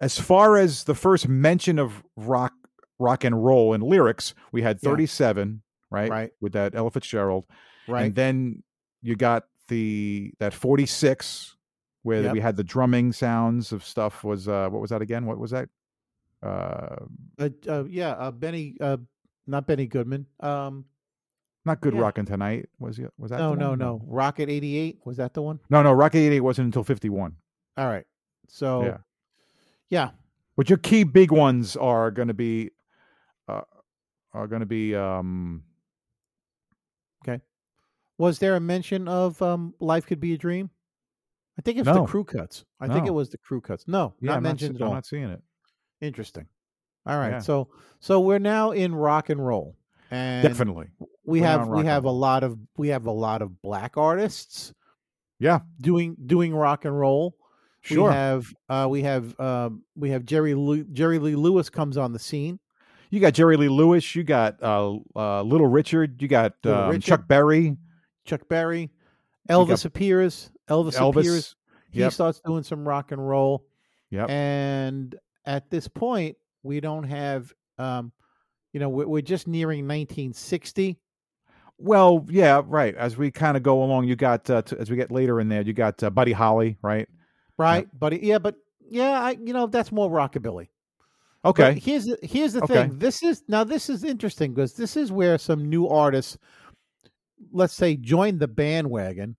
S1: as far as the first mention of rock rock and roll and lyrics we had
S2: Yeah.
S1: 37 right
S2: Right.
S1: with that ella fitzgerald
S2: right,
S1: and then you got the that 46 where
S2: Yep.
S1: we had the drumming sounds of stuff was uh what was that again what was that uh
S2: uh, uh, yeah, uh, Benny, uh, not Benny Goodman. Um,
S1: not good
S2: Yeah.
S1: rockin' tonight was it was that
S2: no,
S1: the
S2: no,
S1: one?
S2: no. Rocket eighty eight was that the one?
S1: no no rocket 88 wasn't until 51
S2: All right. So
S1: Yeah.
S2: yeah,
S1: but your key big ones are going to be uh are going to be um
S2: was there a mention of um, life could be a dream? I think it's
S1: No.
S2: the crew cuts. I think it
S1: No.
S2: was the crew cuts. No,
S1: yeah,
S2: not
S1: I'm not,
S2: mentioned at
S1: se-
S2: all.
S1: I'm not seeing it
S2: Interesting. All right.
S1: Yeah.
S2: So so we're now in rock and roll. And
S1: definitely
S2: we
S1: We're now
S2: have
S1: in
S2: we
S1: rock
S2: have
S1: and
S2: a lot of we have a lot of black artists
S1: yeah
S2: doing doing rock and roll.
S1: sure
S2: We have uh, we have um, we have Jerry Lew- Jerry Lee Lewis comes on the scene.
S1: you got jerry lee lewis you got uh, uh little richard you got
S2: Little
S1: um,
S2: Richard.
S1: chuck berry
S2: Chuck Berry,
S1: got-
S2: Elvis appears. Elvis, appears.
S1: elvis
S2: He
S1: yep.
S2: starts doing some rock and roll.
S1: Yep.
S2: And at this point, we don't have um, you know, we're, we're just nearing 1960.
S1: Well, yeah, right. As we kind of go along, you got uh, t- as we get later in there, you got uh, Buddy Holly, right?
S2: Right, buddy. Yeah, but yeah, I you know that's more rockabilly. But
S1: Okay,
S2: here's the, here's the
S1: Okay.
S2: thing. This is now this is interesting because this is where some new artists, let's say, join the bandwagon,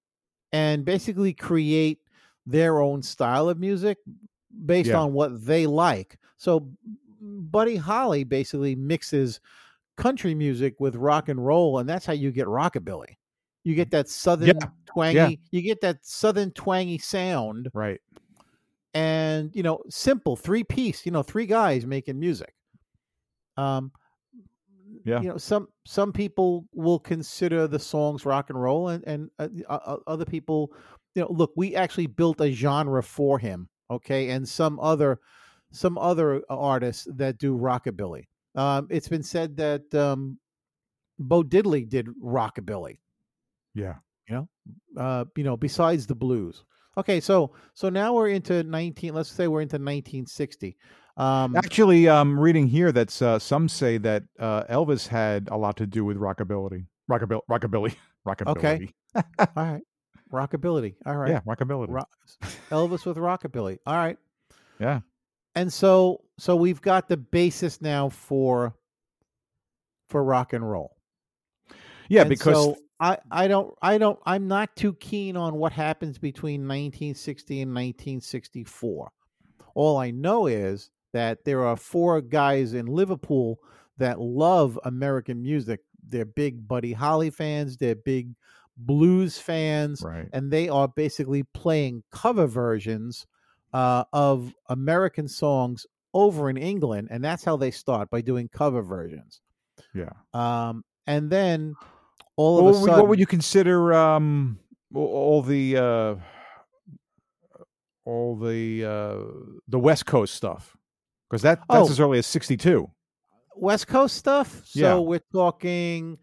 S2: and basically create their own style of music based
S1: Yeah.
S2: on what they like. So, b- Buddy Holly basically mixes country music with rock and roll, and that's how you get rockabilly. You get that southern
S1: Mm. Yeah,
S2: twangy,
S1: yeah.
S2: you get that southern twangy sound,
S1: Right.
S2: and you know, simple three piece, you know, three guys making music. Um,
S1: Yeah.
S2: you know, some some people will consider the songs rock and roll, and and uh, uh, uh, other people, you know, look, we actually built a genre for him, okay, and some other some other uh, artists that do rockabilly. Um, it's been said that um, Bo Diddley did rockabilly
S1: Yeah.
S2: uh, you know, besides the blues. Okay, so so now we're into nineteen. Let's say we're into nineteen sixty. Um,
S1: Actually, I'm reading here that uh, some say that uh, Elvis had a lot to do with rockability. Rockabilly. Rockabilly. (laughs) Rockability.
S2: all right, rockability. All right,
S1: Yeah, rockability.
S2: Ro- Elvis with rockabilly. All right,
S1: Yeah.
S2: and so so we've got the basis now for for rock and roll.
S1: yeah,
S2: And
S1: because
S2: so I I don't I don't I'm not too keen on what happens between 1960 and 1964. All I know is that there are four guys in Liverpool that love American music. They're big Buddy Holly fans, they're big blues fans,
S1: right.
S2: and they are basically playing cover versions uh, of American songs over in England, and that's how they start by doing cover versions.
S1: Yeah.
S2: Um, and then all
S1: What
S2: of a
S1: would,
S2: sudden,
S1: what would you consider um, a- all the uh, all the uh, the West Coast stuff? Because that that's
S2: Oh.
S1: as early as '62.
S2: West Coast stuff. So
S1: Yeah.
S2: we're talking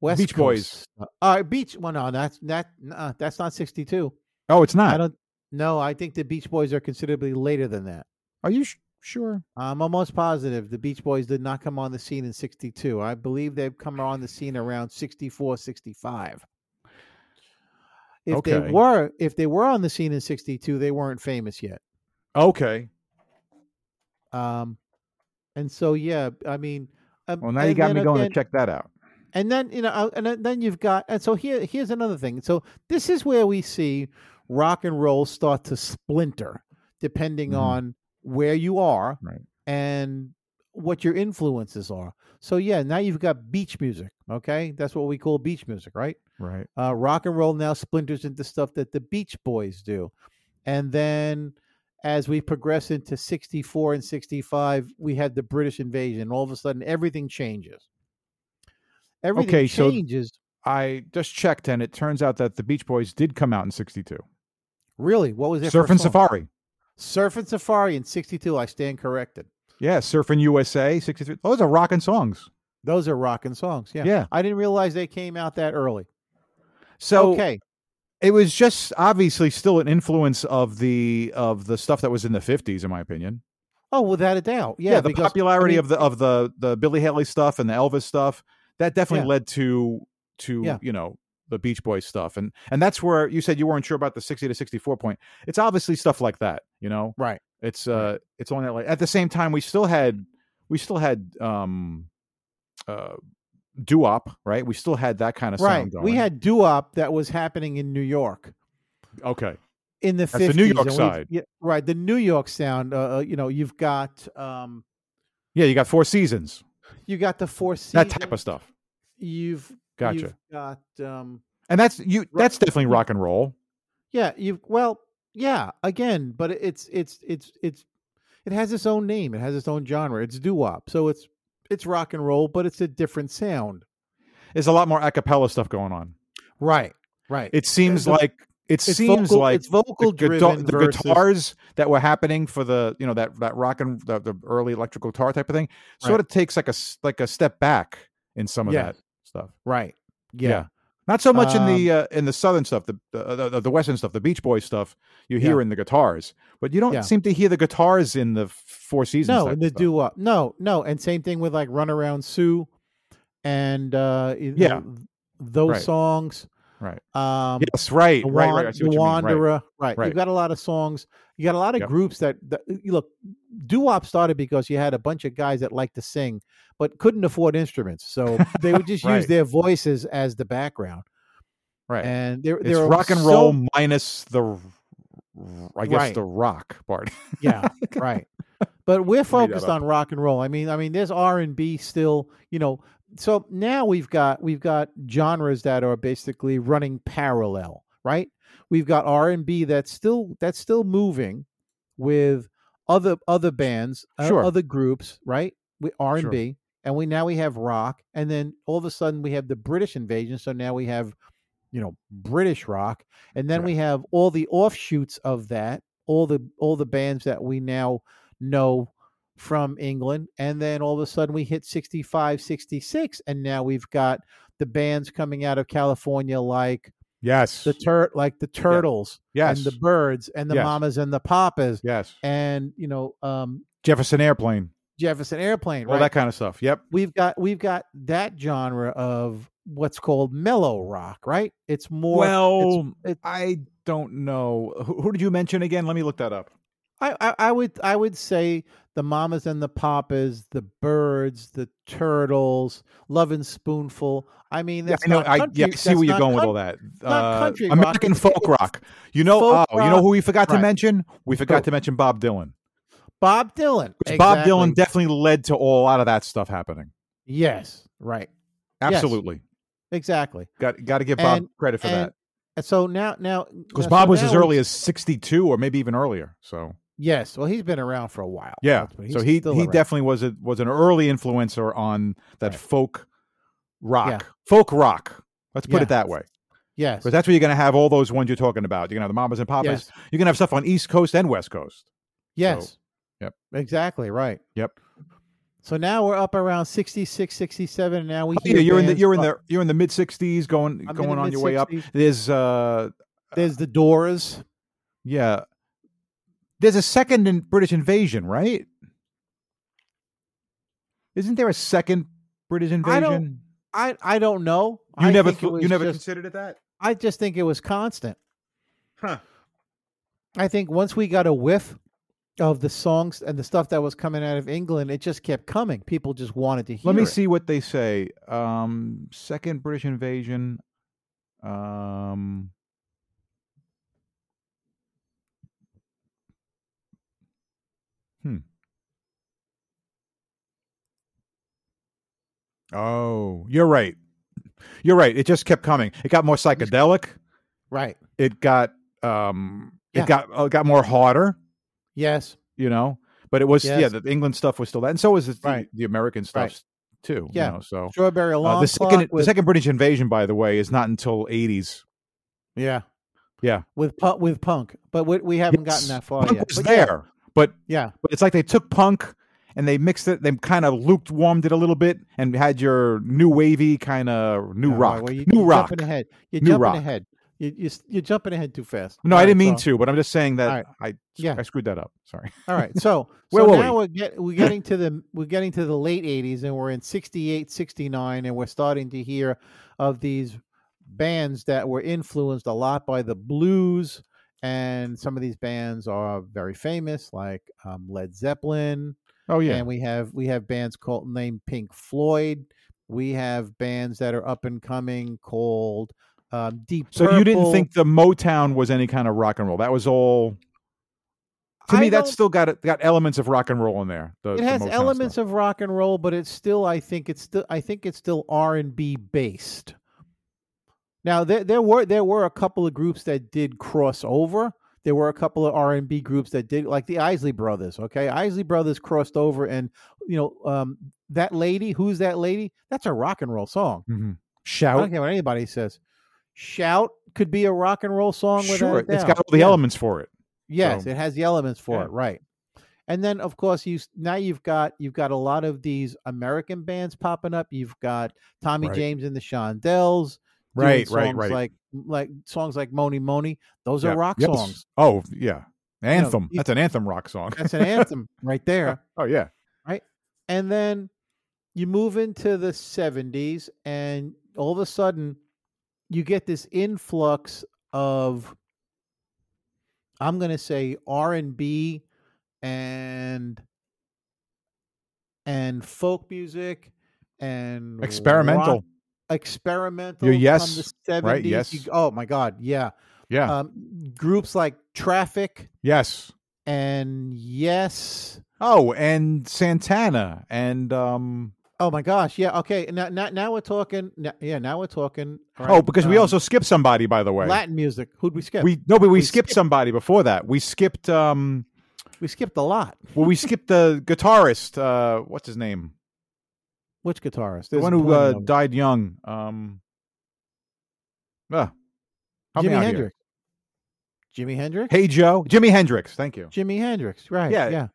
S2: West
S1: Beach Boys.
S2: Coast. Uh, Beach. Well, no, that's that. Nah, that's not sixty-two.
S1: Oh, it's
S2: I
S1: not.
S2: don't. No, I think the Beach Boys are considerably later than that.
S1: Are you sh- sure?
S2: I'm almost positive the Beach Boys did not come on the scene in 62. I believe they've come on the scene around 64, 65. If they
S1: Okay.
S2: were if they were on the scene in 62, they weren't famous yet.
S1: Okay.
S2: Um and so yeah, I mean um,
S1: Well, now you got me going to check that out.
S2: and then you know uh, and then- then you've got and so here here's another thing so this is where we see rock and roll start to splinter depending
S1: Mhm.
S2: on where you are
S1: Right.
S2: and what your influences are so yeah now you've got beach music okay that's what we call beach music right
S1: Right.
S2: uh, rock and roll now splinters into stuff that the Beach Boys do. And then as we progress into 64 and 65, we had the British invasion. All of a sudden, everything changes. Everything
S1: Okay, so-
S2: changes.
S1: I just checked, and it turns out that the Beach Boys did come out in '62.
S2: really, what was it?
S1: Surf and Safari.
S2: Surf and Safari in 62. I stand corrected.
S1: Yeah, Surfing USA '63. Those are rocking songs.
S2: Those are rockin' songs. Yeah.
S1: Yeah.
S2: I didn't realize they came out that early.
S1: So
S2: okay.
S1: it was just obviously still an influence of the of the stuff that was in the 50s, in my opinion.
S2: Oh, without a doubt. Yeah.
S1: yeah, the
S2: because-
S1: popularity
S2: mean-
S1: of the of the the Billy Haley stuff and the Elvis stuff that definitely
S2: Yeah.
S1: led to to
S2: Yeah.
S1: you know the Beach Boys stuff and and that's where you said you weren't sure about the sixty to sixty four point. It's obviously stuff like that, you know.
S2: Right.
S1: It's uh it's on that like at the same time we still had we still had um uh doo-wop, right? We still had that kind of
S2: Right.
S1: sound going.
S2: We had doo wop that was happening in New York.
S1: okay.
S2: in the
S1: That's the
S2: 50s.
S1: New York
S2: and we've-
S1: side.
S2: yeah, right. The New York sound. Uh, uh, you know, you've got um,
S1: Yeah, you got Four Seasons.
S2: you got the Four Seasons.
S1: That type of stuff.
S2: You've
S1: Gotcha.
S2: You've got um,
S1: And that's you that's definitely rock and roll.
S2: yeah. You've well, yeah. Again, but it- it's it's it's it's it has its own name. It has its own genre. It's doo wop. So it's it's rock and roll, but it's a different sound.
S1: There's a lot more a cappella stuff going on.
S2: Right. Right.
S1: It seems
S2: the-
S1: like it
S2: it's
S1: seems
S2: vocal,
S1: like
S2: it's vocal
S1: the, guita-
S2: driven
S1: the
S2: versus-
S1: guitars that were happening for the you know that that rock and the, the early electric guitar type of thing sort of takes like a s- like a step back in some of
S2: Yeah.
S1: that stuff.
S2: Right.
S1: Yeah.
S2: yeah. Um
S1: Not so much in the uh, in the southern stuff, the, uh, the the the western stuff, the Beach Boys stuff. You hear in the guitars, but you don't
S2: Yeah.
S1: seem to hear the guitars in the Four Seasons.
S2: No,
S1: type of
S2: and the
S1: stuff.
S2: do up. No, no, and same thing with like Run Around Sue, and uh, you
S1: Yeah.
S2: know, th- those
S1: Right.
S2: songs.
S1: Right.
S2: Um,
S1: yes, right,
S2: The
S1: right,
S2: Wan-
S1: right. I see
S2: The
S1: what you mean, right.
S2: Wanderer. Right.
S1: Right.
S2: You've got a lot of songs. You got a lot of
S1: Yep.
S2: groups that, that you look. Doo wop started because you had a bunch of guys that liked to sing but couldn't afford instruments, so they
S1: (laughs)
S2: would just use
S1: Right.
S2: their voices as the background.
S1: Right.
S2: And there,
S1: it's
S2: there are
S1: rock and
S2: so-
S1: roll minus the, r- I guess
S2: Right.
S1: the rock part. (laughs)
S2: Yeah, right. but we're
S1: that
S2: focused
S1: up.
S2: on rock and roll. I mean, I mean, there's R and B still, you know. So now we've got we've got genres that are basically running parallel, right? We've got R and B that's still that's still moving with other other bands, uh,
S1: Sure.
S2: other groups, right? With R and B, and we now we have rock, and then all of a sudden we have the British invasion. So now we have, you know, British rock, and then
S1: Yeah.
S2: we have all the offshoots of that, all the all the bands that we now know from England. And then all of a sudden we hit 65, 66. And now we've got the bands coming out of California like
S1: Yes.
S2: the tur- like the Turtles
S1: yes.
S2: and the Birds and the
S1: Yes.
S2: Mamas and the Papas
S1: yes.
S2: and, you know, um,
S1: Jefferson Airplane.
S2: Jefferson Airplane,
S1: All
S2: right?
S1: that kind of stuff. Yep.
S2: we've got we've got that genre of what's called mellow rock, right? It's more
S1: well,
S2: it-
S1: I don't know. Who, who did you mention again? Let me look that up.
S2: I, I I would I would say the mamas and the papas, the birds, the turtles, love and spoonful. I mean, that's
S1: I know.
S2: not
S1: I,
S2: country-
S1: yeah, I see
S2: that's
S1: where you're
S2: not
S1: going with
S2: coun-
S1: all that.
S2: not
S1: Uh,
S2: country rock,
S1: American
S2: it's-
S1: folk
S2: it's
S1: rock. You know,
S2: folk
S1: oh, you know
S2: rock.
S1: who we forgot to
S2: Right.
S1: mention? We forgot
S2: Who?
S1: to mention Bob Dylan.
S2: Bob Dylan.
S1: 'Cause Bob
S2: exactly.
S1: Dylan definitely led to a lot of that stuff happening.
S2: Yes, right, Yes.
S1: Absolutely.
S2: exactly.
S1: Got got to give Bob
S2: And-
S1: credit for
S2: and
S1: that
S2: and so now now
S1: because
S2: now-
S1: Bob
S2: so
S1: was as
S2: now we-
S1: early as 62 or maybe even earlier. So
S2: Yes, well, he's been around for a while.
S1: yeah,
S2: ultimately.
S1: so
S2: He's
S1: he he
S2: still around.
S1: definitely was a was an early influencer on that
S2: Right.
S1: folk rock, folk rock. Let's put
S2: Yeah.
S1: it that way,
S2: yes,
S1: because that's where you're going to have all those ones you're talking about. You're going to have the Mamas and Papas.
S2: yes,
S1: You're going to have stuff on East Coast and West Coast.
S2: yes,
S1: yep.
S2: exactly right.
S1: Yep.
S2: So now we're up around 66, 67, and now we.
S1: Oh,
S2: hear
S1: yeah, you're in the
S2: bands
S1: you're in
S2: like-
S1: the you're in the mid '60s, going
S2: I'm in the
S1: going on your way up.
S2: mid-sixties.
S1: There's uh
S2: There's the Doors.
S1: yeah, there's a second in British invasion, right? Isn't there a second British invasion?
S2: I don't- I I don't know.
S1: You
S2: I
S1: never
S2: think it
S1: th- you
S2: was
S1: never
S2: Just,
S1: considered it that?
S2: I just think it was constant.
S1: Huh.
S2: I think once we got a whiff of the songs and the stuff that was coming out of England, it just kept coming. People just wanted to hear.
S1: Let me
S2: it.
S1: see what they say. Um, second British invasion. Um, hmm. Oh, you're right. You're right. It just kept coming. It got more psychedelic.
S2: Right.
S1: It got um.
S2: Yeah.
S1: It got uh, got more harder.
S2: Yes.
S1: you know. But it was yeah,
S2: Yes.
S1: the England stuff was still that, and so was the
S2: Right.
S1: the, American stuff
S2: Right.
S1: too.
S2: Yeah.
S1: you know, so
S2: Strawberry Alarm
S1: uh, the
S2: Clock
S1: second
S2: with-
S1: the second British invasion, by the way, is not until eighties.
S2: Yeah.
S1: Yeah.
S2: With pu- with punk, but we, we haven't
S1: Yes.
S2: gotten that far
S1: punk
S2: yet.
S1: was
S2: But Oh, yeah,
S1: there, but
S2: Yeah.
S1: but it's like they took punk and they mixed it, they kind of lukewarmed it a little bit, and had your new wavy kind of new
S2: Oh,
S1: rock,
S2: well, you-
S1: new
S2: you're
S1: rock.
S2: Jumping ahead. You're
S1: New
S2: jumping
S1: rock.
S2: ahead. You, you you're jumping ahead too fast.
S1: No,
S2: All
S1: I
S2: right,
S1: didn't mean
S2: so-
S1: to, but I'm just saying that
S2: All right.
S1: I
S2: Yeah.
S1: I screwed that up. Sorry. (laughs)
S2: All right. So,
S1: Where
S2: so
S1: were
S2: now are get, we're getting to the we're getting to the late 80s and we're in 68, 69 and we're starting to hear of these bands that were influenced a lot by the blues and some of these bands are very famous like um, Led Zeppelin
S1: Oh yeah,
S2: and we have we have bands called named Pink Floyd. We have bands that are up and coming called um, Deep
S1: So you didn't
S2: Purple.
S1: think the Motown was any kind of rock and roll? That was all. To
S2: I
S1: me, that's
S2: don't-
S1: still got got elements of rock and roll in there. The,
S2: it
S1: the
S2: has
S1: Motown
S2: elements
S1: stuff.
S2: of rock and roll, but it's still I think it's still I think it's still R and B based. Now there there were there were a couple of groups that did cross over. There were a couple of R and B groups that did like the Isley Brothers. Okay, Isley Brothers crossed over, and you know um, that lady, who's that lady? That's a rock and roll song.
S1: Mhm.
S2: I
S1: shout.
S2: don't care what anybody says. Shout could be a rock and roll song.
S1: sure,
S2: without a
S1: it's
S2: doubt.
S1: got all the
S2: Yeah.
S1: elements for it.
S2: Yes,
S1: So-
S2: it has the elements for
S1: Yeah.
S2: it, right? And then, of course, you s- now you've got you've got a lot of these American bands popping up. You've got Tommy
S1: Right.
S2: James and the Shondells, doing
S1: Right, right,
S2: songs
S1: right.
S2: Like like songs like "Money Money." Those
S1: Yeah.
S2: are rock
S1: Yes.
S2: songs.
S1: Oh yeah,
S2: know,
S1: anthem.
S2: you-
S1: that's an anthem rock song.
S2: That's an anthem right there.
S1: oh yeah,
S2: And then you move into the 70s, and all of a sudden, you get this influx of, I'm going to say R and B, and and folk music, and
S1: experimental.
S2: rock- experimental.
S1: Your
S2: from
S1: yes,
S2: the 70s.
S1: right? Yes.
S2: You- oh my God, yeah. Uh,
S1: yeah.
S2: Um, groups like Traffic
S1: yes.
S2: and Yes
S1: Oh, and Santana and um
S2: Oh my gosh, yeah, okay. Now, now, now we're talking. Now, yeah, now we're talking. all
S1: oh,
S2: right,
S1: because we
S2: um,
S1: also skipped somebody by the way.
S2: Latin music. Who'd we skip? We,
S1: We no, but we,
S2: We
S1: skipped
S2: skipped-
S1: somebody before that. We skipped um
S2: skipped a lot.
S1: well we skipped the guitarist uh what's his name?
S2: Which guitarist?
S1: The
S2: There's
S1: one who
S2: plenty
S1: uh,
S2: of them.
S1: died young. Um ah, help me
S2: Jimi
S1: out here.
S2: Hendrix. Jimi Hendrix.
S1: Hey Joe, Jimi Hendrix. Thank you.
S2: Jimi Hendrix. Right.
S1: Yeah.
S2: Yeah.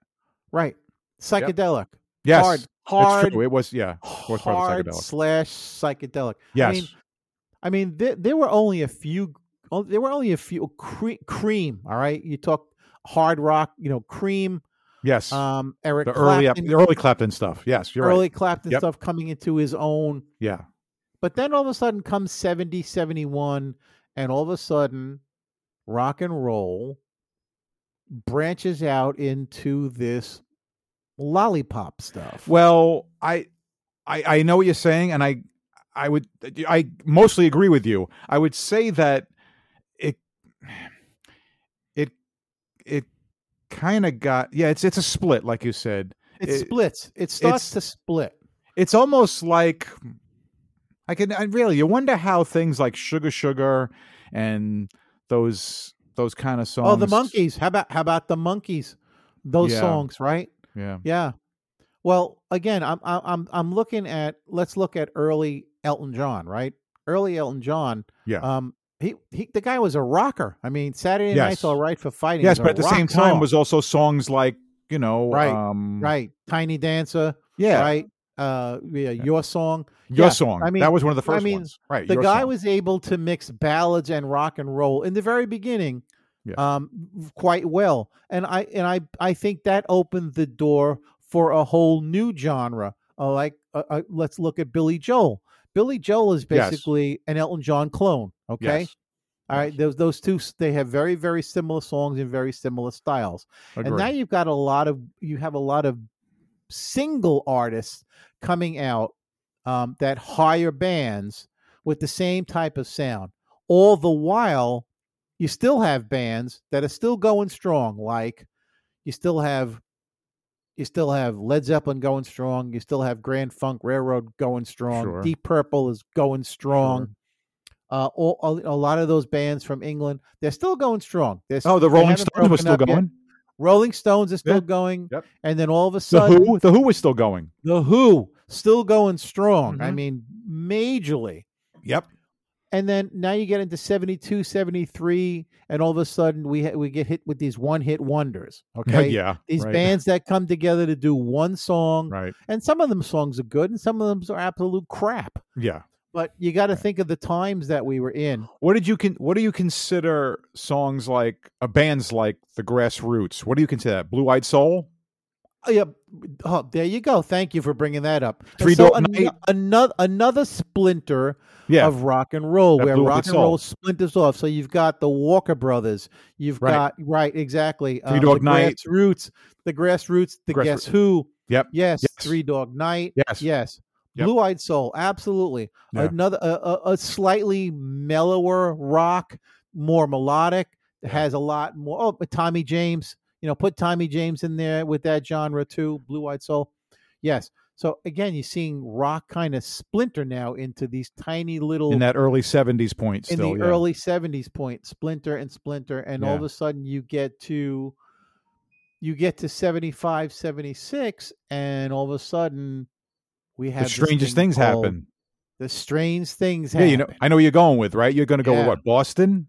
S2: Right. Psychedelic.
S1: Yes,
S2: Hard.
S1: it's
S2: Hard.
S1: true. It was yeah. was part of
S2: hard
S1: psychedelic.
S2: slash psychedelic.
S1: Yes.
S2: I mean, I mean there, there were only a few. oh, There were only a few. Cre- cream. All right. You talk hard rock. You know, Cream.
S1: yes.
S2: Um, Eric.
S1: the early ep-
S2: Clapton,
S1: the early Clapton stuff. Yes, you're right.
S2: early Clapton
S1: Yep.
S2: stuff coming into his own.
S1: Yeah.
S2: But then all of a sudden comes 70, 71, and all of a sudden rock and roll branches out into this lollipop stuff.
S1: Well, I, I I know what you're saying, and I I would I mostly agree with you. I would say that it it it kind of got yeah. It's it's a split, like you said.
S2: it,
S1: it-
S2: splits. It
S1: it's-
S2: starts to split.
S1: It's almost like I can I really you wonder how things like Sugar Sugar and those those kind of songs.
S2: Oh, the monkeys. How about how about the monkeys? Those
S1: Yeah.
S2: songs, right?
S1: Yeah.
S2: Yeah. Well, again, I'm I'm I'm- I'm looking at let's look at early Elton John, right? Early Elton John.
S1: Yeah.
S2: Um he, he the guy was a rocker. I mean, Saturday
S1: Yes.
S2: Night's All Right for Fighting.
S1: Yes,
S2: is a
S1: but at the
S2: rock
S1: same time,
S2: song.
S1: was also songs like you know
S2: Right,
S1: um,
S2: right Tiny Dancer,
S1: yeah
S2: right? Uh yeah, your song.
S1: your
S2: yeah,
S1: song.
S2: I mean-
S1: that was one of the
S2: I
S1: first
S2: mean,
S1: ones. Right.
S2: The
S1: your
S2: guy
S1: song.
S2: was able to mix ballads and rock and roll in the very beginning
S1: Yeah.
S2: um quite well. And I and I I think that opened the door for a whole new genre. Uh, like uh, uh, let's look at Billy Joel. Billy Joel is
S1: Yes.
S2: basically an Elton John clone, okay?
S1: Yes.
S2: All right, those those two s- they have very very similar songs and very similar styles. and now
S1: Agreed.
S2: you've got a lot of you have a lot of single artists coming out um, that hire bands with the same type of sound all the while you still have bands that are still going strong like you still have you still have led zeppelin going strong you still have grand funk railroad going strong
S1: Sure.
S2: deep purple is going strong uh, all, a, a lot of those bands from england they're still going strong they're
S1: oh, the
S2: they
S1: Rolling
S2: haven't
S1: Stones was
S2: broken
S1: still
S2: up yet.
S1: going.
S2: Rolling Stones is still
S1: Yeah.
S2: going,
S1: Yep.
S2: and then all of a
S1: The
S2: sudden,
S1: Who, the Who was still going.
S2: The Who still going strong. I
S1: Mhm.
S2: mean, majorly.
S1: Yep.
S2: And then now you get into 72, 73, and all of a sudden we ha- we get hit with these one hit wonders. Okay,
S1: (laughs) (laughs) yeah.
S2: these
S1: right.
S2: bands that come together to do one song,
S1: Right.
S2: and some of them songs are good, and some of them are absolute crap.
S1: Yeah.
S2: But you got to
S1: Right.
S2: think of the times that we
S1: (gasps)
S2: were in.
S1: What did you con- What do you consider songs like uh, bands like the Grassroots? What do you consider that? Blue Eyed Soul.
S2: Oh, yeah. Oh, there you go. Thank you for bringing that up. And
S1: Three
S2: so
S1: Dog Night.
S2: another another splinter
S1: Yeah.
S2: of rock and roll,
S1: That
S2: where
S1: blew up
S2: rock
S1: its
S2: and roll
S1: own.
S2: splinters off. So you've got the Walker Brothers. You've
S1: Right.
S2: got right, exactly. uh,
S1: Three Dog
S2: the
S1: Night.
S2: grassroots, the grassroots, the
S1: Grassroots.
S2: Guess Who.
S1: Yep.
S2: Yes,
S1: Yes.
S2: Three Dog Night.
S1: Yes.
S2: Yes.
S1: Yep.
S2: Blue Eyed Soul, absolutely.
S1: Yeah.
S2: Another a, a, a slightly mellower rock, more melodic, has a lot more. Oh, but Tommy James, you know, put Tommy James in there with that genre too. Blue Eyed Soul, yes. So again, you're seeing rock kind of splinter now into these tiny little
S1: in that early '70s point.
S2: in
S1: Still,
S2: the
S1: yeah.
S2: early 70s point splinter and splinter and all of
S1: Yeah.
S2: a sudden you get to you get to 75 76 and all of a sudden we have
S1: the
S2: this
S1: strangest
S2: thing
S1: things
S2: called-
S1: happen.
S2: the strange things
S1: Yeah,
S2: happen
S1: you know, I know where you're going with right. You're going to go with
S2: Yeah.
S1: what Boston?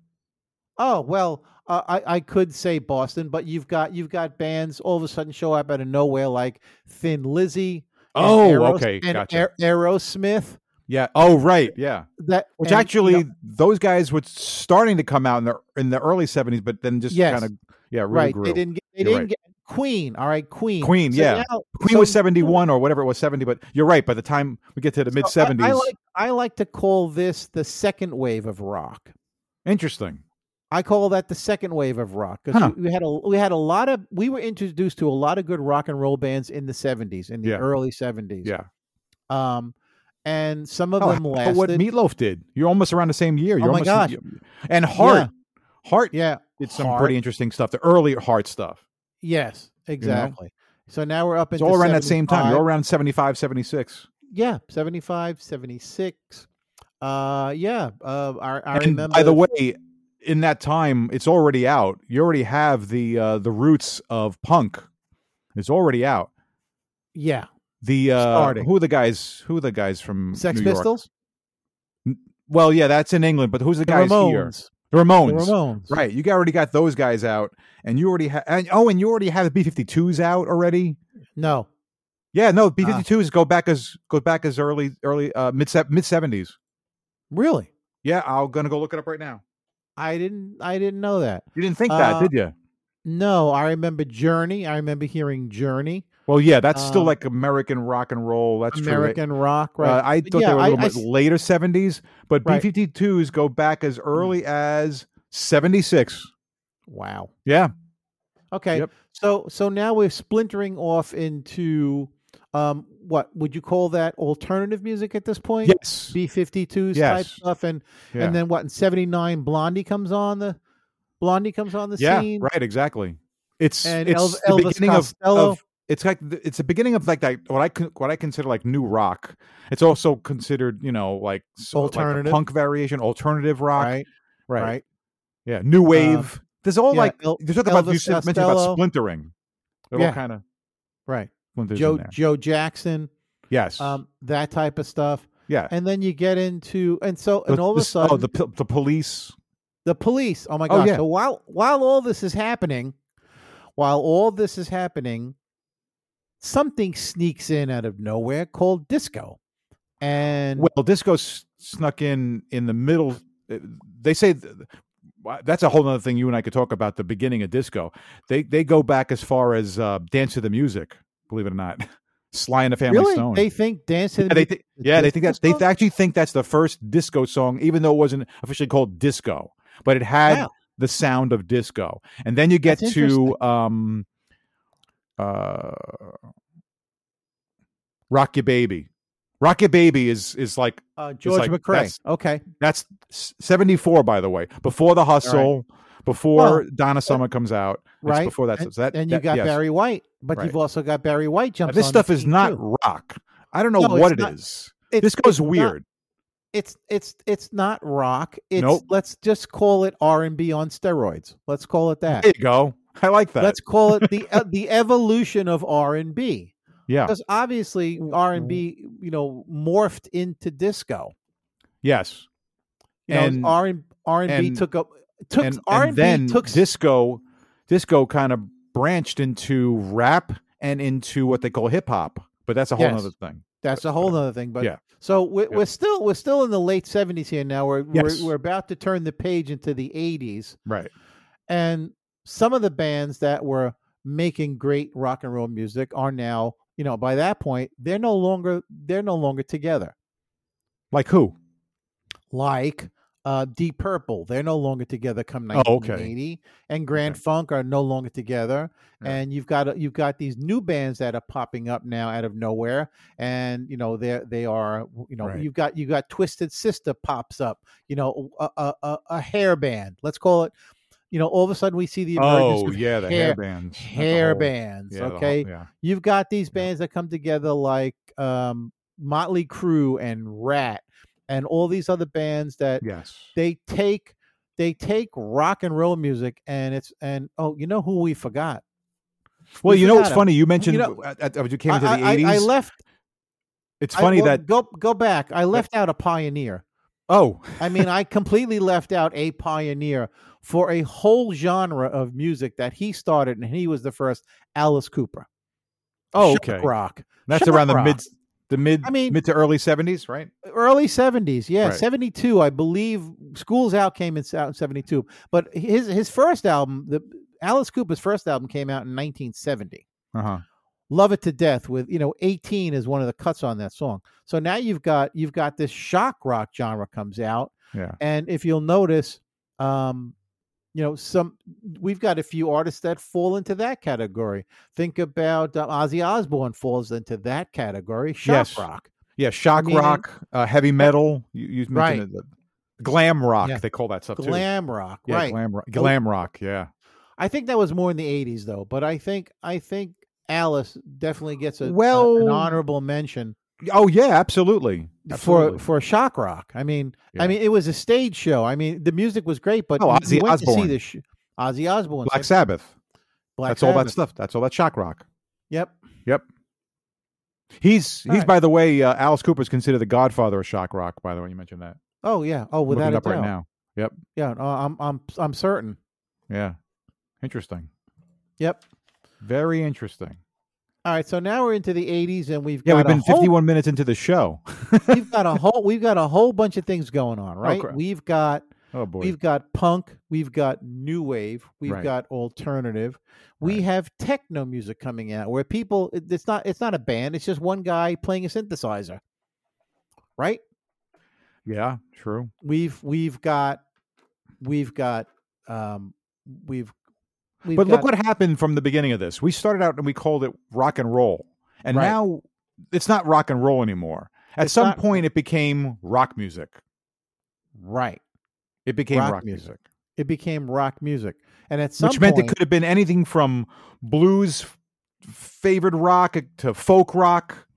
S2: oh well uh, I, I could say boston but you've got you've got bands all of a sudden show up out of nowhere like thin lizzy and
S1: Oh,
S2: Aeros-
S1: okay,
S2: and
S1: gotcha.
S2: Aer- aerosmith
S1: yeah. Oh, right. Yeah.
S2: that
S1: Which
S2: and, you know,
S1: actually, those guys were starting to come out in the in the early seventies, but then just
S2: Yes.
S1: kind of yeah, really
S2: right
S1: grew.
S2: they didn't get they
S1: You're
S2: didn't
S1: right.
S2: get queen all right queen
S1: Queen,
S2: So
S1: yeah.
S2: now-
S1: Queen
S2: so
S1: was
S2: now-
S1: seventy one or whatever it was seventy, but you're right. By the time we get to the mid
S2: So I-
S1: seventies,
S2: I, like I like to call this the second wave of rock.
S1: interesting.
S2: I call that the second wave of rock because
S1: Huh.
S2: we, we had a we had a lot of we were introduced to a lot of good rock and roll bands in the seventies in the
S1: Yeah.
S2: early seventies.
S1: Yeah,
S2: Um, and some of
S1: Oh,
S2: them
S1: how
S2: lasted. Oh
S1: about what Meatloaf did. You're almost around the same year. You're
S2: my
S1: almost,
S2: gosh.
S1: and Hart, Hart
S2: yeah.
S1: did some
S2: Heart.
S1: pretty interesting stuff. The early Hart stuff.
S2: Yes. Exactly. So now we're up
S1: It's
S2: into
S1: all around that same time.
S2: 75.
S1: You're all around 75, 76.
S2: yeah 75 76 uh yeah uh i, I
S1: And
S2: remember
S1: by the way, in that time, it's already out. You already have the uh, the roots of punk. It's already out.
S2: yeah
S1: The uh,
S2: Starting.
S1: who are the guys? Who are the guys from
S2: sex
S1: New York?
S2: pistols
S1: Well, yeah, that's in England, but who's the,
S2: the
S1: guys
S2: ramones,
S1: here?
S2: the ramones
S1: Right. You got- already got those guys out, and you already have. And, oh, and you already have the B 52s out already.
S2: no
S1: Yeah,
S2: Ah.
S1: no, B 52s go back as go back as early early uh, mid mid seventies.
S2: really
S1: Yeah, I'm gonna go look it up right now.
S2: i didn't i didn't know that
S1: You didn't think that,
S2: Uh,
S1: did you?
S2: no i remember journey i remember hearing journey
S1: Well, yeah, that's still
S2: um,
S1: like American rock and roll. That's
S2: american rock
S1: true. They-
S2: right
S1: uh, I
S2: But
S1: thought
S2: yeah,
S1: they were a
S2: I-
S1: little
S2: I
S1: bit
S2: s-
S1: later seventies, but
S2: Right. Mm.
S1: B 52s go back as early as seventy six.
S2: wow
S1: Yeah,
S2: okay
S1: Yep.
S2: so so now we're splintering off into um what would you call that alternative music at this point
S1: yes,
S2: b52s type
S1: Yes.
S2: stuff and
S1: Yeah.
S2: and then what in 79 blondie comes on the blondie comes on the
S1: yeah,
S2: scene
S1: right, exactly. It's
S2: and
S1: it's
S2: Elv-
S1: the
S2: elvis
S1: beginning of,
S2: costello
S1: of it's like the- it's the beginning of like that what I con- what I consider like new rock. It's also considered you know like so- like a
S2: Alternative.
S1: punk variation, alternative rock,
S2: right
S1: Right.
S2: right,
S1: Yeah, new wave. There's all
S2: yeah,
S1: like
S2: El-
S1: you talk about you
S2: Elvis
S1: said- mentioned about
S2: Costello.
S1: splintering. They're
S2: Yeah.
S1: all kind of
S2: right
S1: splinters in
S2: joe
S1: there.
S2: joe jackson
S1: Yes,
S2: um that type of stuff
S1: yeah.
S2: and then you get into and so and
S1: The-
S2: all of a
S1: this- oh,
S2: sudden
S1: the p- the police.
S2: the police oh my
S1: Oh,
S2: gosh
S1: yeah.
S2: so while while all this is happening while all this is happening something sneaks in out of nowhere called disco and
S1: Well, disco s- snuck in in the middle. uh, They say th- that's a whole other thing you and I could talk about. The beginning of disco. They they go back as far as uh, dance to the music. Believe it or not, (laughs) Sly and the Family
S2: really
S1: Stone.
S2: they think dancing
S1: yeah, they, thi-
S2: is
S1: yeah, they think that's
S2: disco
S1: they
S2: song?
S1: actually think that's the first disco song, even though it wasn't officially called disco, but it had
S2: Wow.
S1: the sound of disco. And then you get
S2: That's
S1: to um, uh, "Rock Your Baby." "Rock Your Baby" is is like
S2: Uh, George
S1: like,
S2: McRae.
S1: that's-
S2: Okay.
S1: that's seventy four, by the way, before the hustle, before
S2: Well,
S1: Donna Summer comes out, it's
S2: right.
S1: Before that, so that
S2: And you
S1: that-
S2: got
S1: yes.
S2: Barry White, but
S1: Right.
S2: you've also got Barry White
S1: Now,
S2: jumps.
S1: This
S2: on the
S1: stuff is
S2: scene,
S1: not
S2: too.
S1: rock. I don't know
S2: No,
S1: what
S2: it's
S1: it
S2: not.
S1: is.
S2: It's,
S1: This goes
S2: not-
S1: weird.
S2: It's it's it's not rock. It's
S1: Nope.
S2: let's just call it R and B on steroids. Let's call it that.
S1: There you go. I like that.
S2: Let's call it the uh, the evolution of R and B
S1: yeah.
S2: because obviously R and B you know morphed into disco.
S1: Yes.
S2: You
S1: And-
S2: know R and R and B
S1: and-
S2: took up took
S1: and,
S2: R
S1: and then
S2: B took
S1: disco disco kind of branched into rap and into what they call hip hop. But that's a whole
S2: Yes.
S1: other thing.
S2: That's a whole other thing, but
S1: Yeah.
S2: So we're,
S1: Yeah.
S2: we're still we're still in the late seventies here now. We're,
S1: Yes.
S2: we're we're about to turn the page into the eighties,
S1: Right.
S2: and some of the bands that were making great rock and roll music are now, you know, by that point they're no longer they're no longer together.
S1: Like who?
S2: Like uh, Deep Purple, they're no longer together. Come
S1: Oh, okay.
S2: nineteen eighty, and Grand Funk are no longer together.
S1: Yeah.
S2: And you've got you've got these new bands that are popping up now out of nowhere, and you know they they are you know
S1: Right.
S2: you've got you got Twisted Sister pops up, you know a, a, a, a hair band, let's call it. You know, all of a sudden we see the emergence
S1: Oh
S2: of
S1: yeah, the hair,
S2: hair-
S1: bands. That's a
S2: hair
S1: whole-
S2: bands.
S1: yeah, the whole-
S2: okay,
S1: yeah.
S2: you've got these
S1: Yeah.
S2: bands that come together like um, Motley Crue and Rat, and all these other bands that
S1: Yes.
S2: they take they take rock and roll music and it's and oh you know who we forgot
S1: Well, you know what's
S2: forgot 'em.
S1: funny? You mentioned
S2: know-
S1: at- at- when you came into
S2: I,
S1: the
S2: I- I- I
S1: eighties.
S2: left
S1: It's
S2: I-
S1: funny
S2: well,
S1: that
S2: go go back i left out a pioneer
S1: oh
S2: i mean i completely left out a pioneer for a whole genre of music that he started and he was the first alice cooper
S1: oh
S2: Shock
S1: okay.
S2: rock
S1: That's
S2: Shock
S1: around the
S2: rock.
S1: mid the mid
S2: I mean-
S1: mid to early seventies, right?
S2: early 70s yeah
S1: Right.
S2: 72 i believe schools out came in out in 72 but his his first album the alice cooper's first album came out in 1970
S1: Uh
S2: Uh-huh.
S1: huh.
S2: love it to death with you know 18 is one of the cuts on that song so now you've got you've got this shock rock genre comes out
S1: Yeah.
S2: and if you'll notice um you know some we've got a few artists that fall into that category think about uh, ozzy osbourne falls into that category shock
S1: Yes.
S2: rock
S1: Yeah, shock
S2: mean,
S1: rock, uh, heavy metal. You, you mentioned
S2: Right.
S1: it, the- glam rock.
S2: Yeah.
S1: They call that stuff too.
S2: glam rock
S1: Yeah,
S2: right Oh.
S1: glam rock. Glam rock. Yeah,
S2: i think that was more in the 80s though but i think i think Alice definitely gets a a- an
S1: Well-
S2: honorable mention
S1: Oh yeah, absolutely.
S2: for
S1: absolutely.
S2: for shock rock. I mean,
S1: Yeah.
S2: I mean, it was a stage show. I mean, the music was great, but
S1: Oh,
S2: you- you
S1: Ozzy
S2: went to see
S1: Osbourne.
S2: the sh- Ozzy Osbourne,
S1: Black
S2: so-
S1: Sabbath.
S2: Black
S1: That's all that
S2: Sabbath.
S1: stuff. That's all that shock rock.
S2: Yep.
S1: He's
S2: All
S1: he's
S2: right.
S1: by the way, uh, Alice Cooper's considered the godfather of shock rock. By the way, you mentioned that.
S2: Oh yeah. Oh,
S1: Looking
S2: without
S1: it
S2: a
S1: up right
S2: doubt.
S1: now.
S2: Yeah, no, I'm I'm I'm certain.
S1: Yeah, interesting.
S2: Yep.
S1: Very interesting.
S2: All right, so now we're into the 80s, and we've
S1: Yeah,
S2: got
S1: we've
S2: a
S1: been
S2: whole
S1: 51 minutes into the show.
S2: we've got a whole we've got a whole bunch of things going on, right?
S1: Oh, crap.
S2: we've got
S1: Oh boy.
S2: we've got punk, we've got new wave, we've
S1: Right.
S2: got alternative. We
S1: Right.
S2: have techno music coming out where people it- it's not it's not a band, it's just one guy playing a synthesizer. Right?
S1: yeah, true.
S2: We've we've got we've got um we've we've
S1: But
S2: got-
S1: look what happened from the beginning of this. We started out and we called it rock and roll, and
S2: Right.
S1: now it's not rock and roll anymore. At
S2: It's
S1: some
S2: not-
S1: point, it became rock music.
S2: right.
S1: It became
S2: Rock
S1: rock,
S2: music.
S1: music,
S2: It became rock music. And at some
S1: which meant
S2: point,
S1: it could have been anything from blues, f- favored rock to folk rock,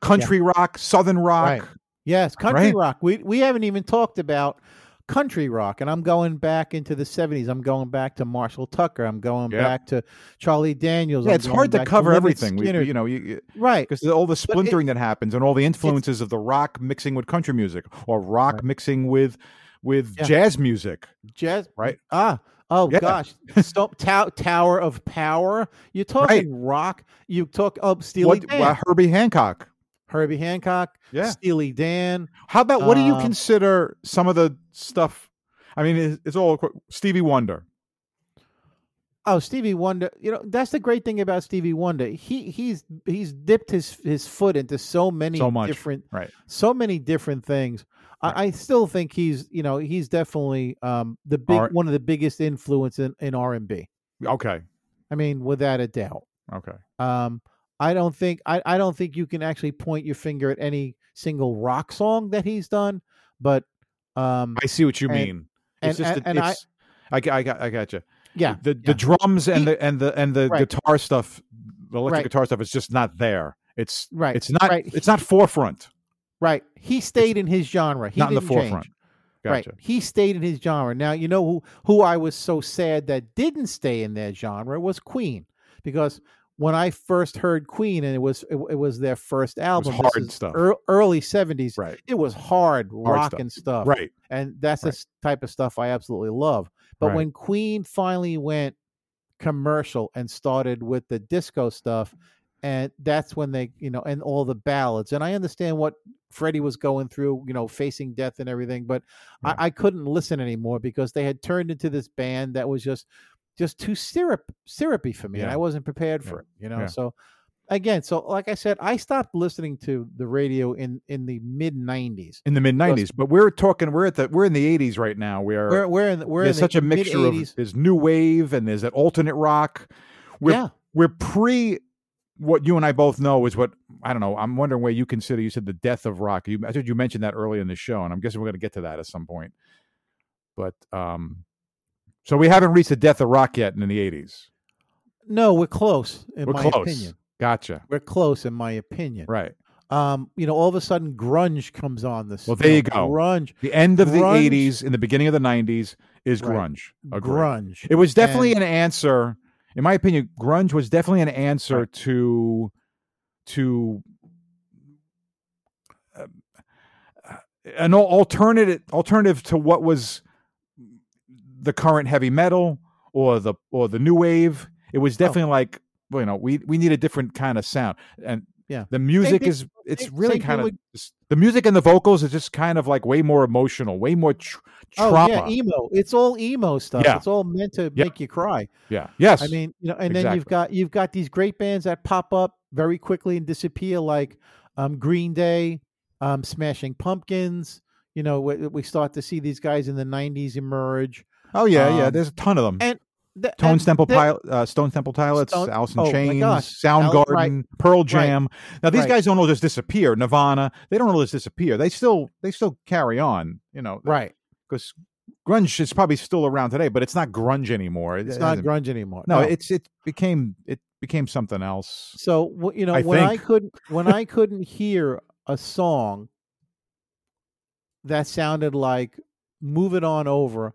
S1: country rock, southern rock.
S2: Right. Yes, country
S1: Right?
S2: rock. We we haven't even talked about country rock, and I'm going back into the '70s. I'm going back to Marshall Tucker. I'm going
S1: Yeah.
S2: back to Charlie Daniels.
S1: Yeah,
S2: I'm
S1: it's
S2: going
S1: hard to
S2: back
S1: cover
S2: Leonard
S1: everything. We,
S2: Skinner.
S1: you know, you,
S2: right?
S1: because all the splintering that happens and all the influences of the rock mixing with country music or rock
S2: Right.
S1: mixing with with
S2: Yeah.
S1: jazz music.
S2: Jazz.
S1: Right.
S2: Ah. Oh
S1: Yeah. (laughs)
S2: gosh. Stump tow, Tower of Power. You're talking rock. You talk up Steely
S1: What,
S2: Dan,
S1: why Herbie Hancock?
S2: Herbie Hancock,
S1: Yeah.
S2: Steely Dan.
S1: How about what do you
S2: Um,
S1: consider some of the stuff? I mean, it's, it's all qu- Stevie Wonder.
S2: Oh, Stevie Wonder. You know that's the great thing about Stevie Wonder. He he's he's dipped his his foot into so many
S1: So much.
S2: different
S1: Right.
S2: so many different things. I, I still think he's, you know, he's definitely um, the big
S1: R-
S2: one of the biggest influence in, in R and B.
S1: Okay.
S2: I mean, without a doubt.
S1: Okay.
S2: Um, I don't think I, I don't think you can actually point your finger at any single rock song that he's done, but um,
S1: I see what you
S2: And-
S1: mean.
S2: and-
S1: it's just
S2: and-
S1: that
S2: and I-
S1: it's, I, got- I got I got you.
S2: yeah,
S1: The the drums and the and the and the
S2: Right.
S1: guitar stuff, the electric
S2: Right.
S1: guitar stuff is just not there. It's
S2: right,
S1: it's not
S2: right.
S1: it's not forefront.
S2: right. He stayed in his genre. He
S1: not in the
S2: didn't change.
S1: forefront.
S2: Right.
S1: Gotcha.
S2: He stayed in his genre. Now, you know who, who I was so sad that didn't stay in their genre was Queen. Because when I first heard Queen and it was it, it was their first album, this
S1: hard
S2: is
S1: stuff.
S2: ear- early 70s,
S1: Right.
S2: it was hard, rock
S1: stuff.
S2: and stuff.
S1: Right.
S2: And that's the
S1: Right.
S2: s- type of stuff I absolutely love. But
S1: Right.
S2: when Queen finally went commercial and started with the disco stuff, and that's when they, you know, and all the ballads. And I understand what Freddie was going through, you know, facing death and everything, but
S1: Right.
S2: I, I couldn't listen anymore because they had turned into this band that was just just too syrup syrupy for me. And
S1: Yeah.
S2: I wasn't prepared
S1: Yeah.
S2: for it, you know.
S1: Yeah.
S2: So again, so like I said, I stopped listening to the radio in in the mid nineties.
S1: In the mid '90s, but we're talking. We're at the we're in the '80s right now. Where
S2: We're we're in the- we're in
S1: there's
S2: the
S1: such a mixture
S2: mid-80s.
S1: of there's new wave and there's that alternate rock. We're
S2: yeah.
S1: we're pre what you and I both know is what I don't know. I'm wondering where you consider you said the death of rock. You I think you mentioned that earlier in the show, and I'm guessing we're going to get to that at some point. But um, so we haven't reached the death of rock yet in the '80s.
S2: No, we're close in
S1: We're
S2: my
S1: close.
S2: opinion.
S1: Gotcha.
S2: We're close in my opinion.
S1: Right.
S2: Um, you know, all of a sudden grunge comes on this.
S1: Well, there you go.
S2: Grunge.
S1: The end of the
S2: Grunge-
S1: '80s and the beginning of the '90s is
S2: Right.
S1: grunge. Agreed.
S2: Grunge.
S1: It was definitely
S2: And-
S1: an answer, in my opinion. Grunge was definitely an answer
S2: Right.
S1: to to uh, uh, an al- alternative alternative to what was the current heavy metal or the or the new wave. It
S2: Oh.
S1: was definitely like well, you know we we need a different kind of sound and
S2: Yeah.
S1: the music
S2: thing-
S1: is it's
S2: same-
S1: really
S2: same thing
S1: kind of
S2: with-
S1: just- the music and the vocals is just kind of like way more emotional, way more tr-
S2: Oh
S1: trauma.
S2: yeah, emo. It's all emo stuff.
S1: Yeah.
S2: It's all meant to
S1: Yeah.
S2: make you cry.
S1: yeah. Yes.
S2: I mean, you know, and then you've
S1: Exactly.
S2: got you've got these great bands that pop up very quickly and disappear, like um, Green Day, um, Smashing Pumpkins. You know, we, we start to see these guys in the '90s emerge.
S1: oh yeah, yeah.
S2: um,
S1: There's a ton of them.
S2: and The-
S1: Tone
S2: and
S1: Temple
S2: the-
S1: Pil- uh, Stone Temple Pilots,
S2: Stone-
S1: Alice
S2: oh
S1: in
S2: my
S1: Chains,
S2: gosh. Al-
S1: Soundgarden,
S2: right.
S1: Pearl Jam. Now these
S2: Right.
S1: guys don't all just disappear. Nirvana, they don't all just disappear. They still they still carry on, you know,
S2: Right.
S1: because grunge is probably still around today, but it's not grunge anymore. It-
S2: It's
S1: it
S2: not
S1: hasn't-
S2: grunge anymore.
S1: No, it's it became it became something else.
S2: So wh- you know
S1: I
S2: when I
S1: think.
S2: couldn't when I couldn't hear a song that sounded like "Move It On Over"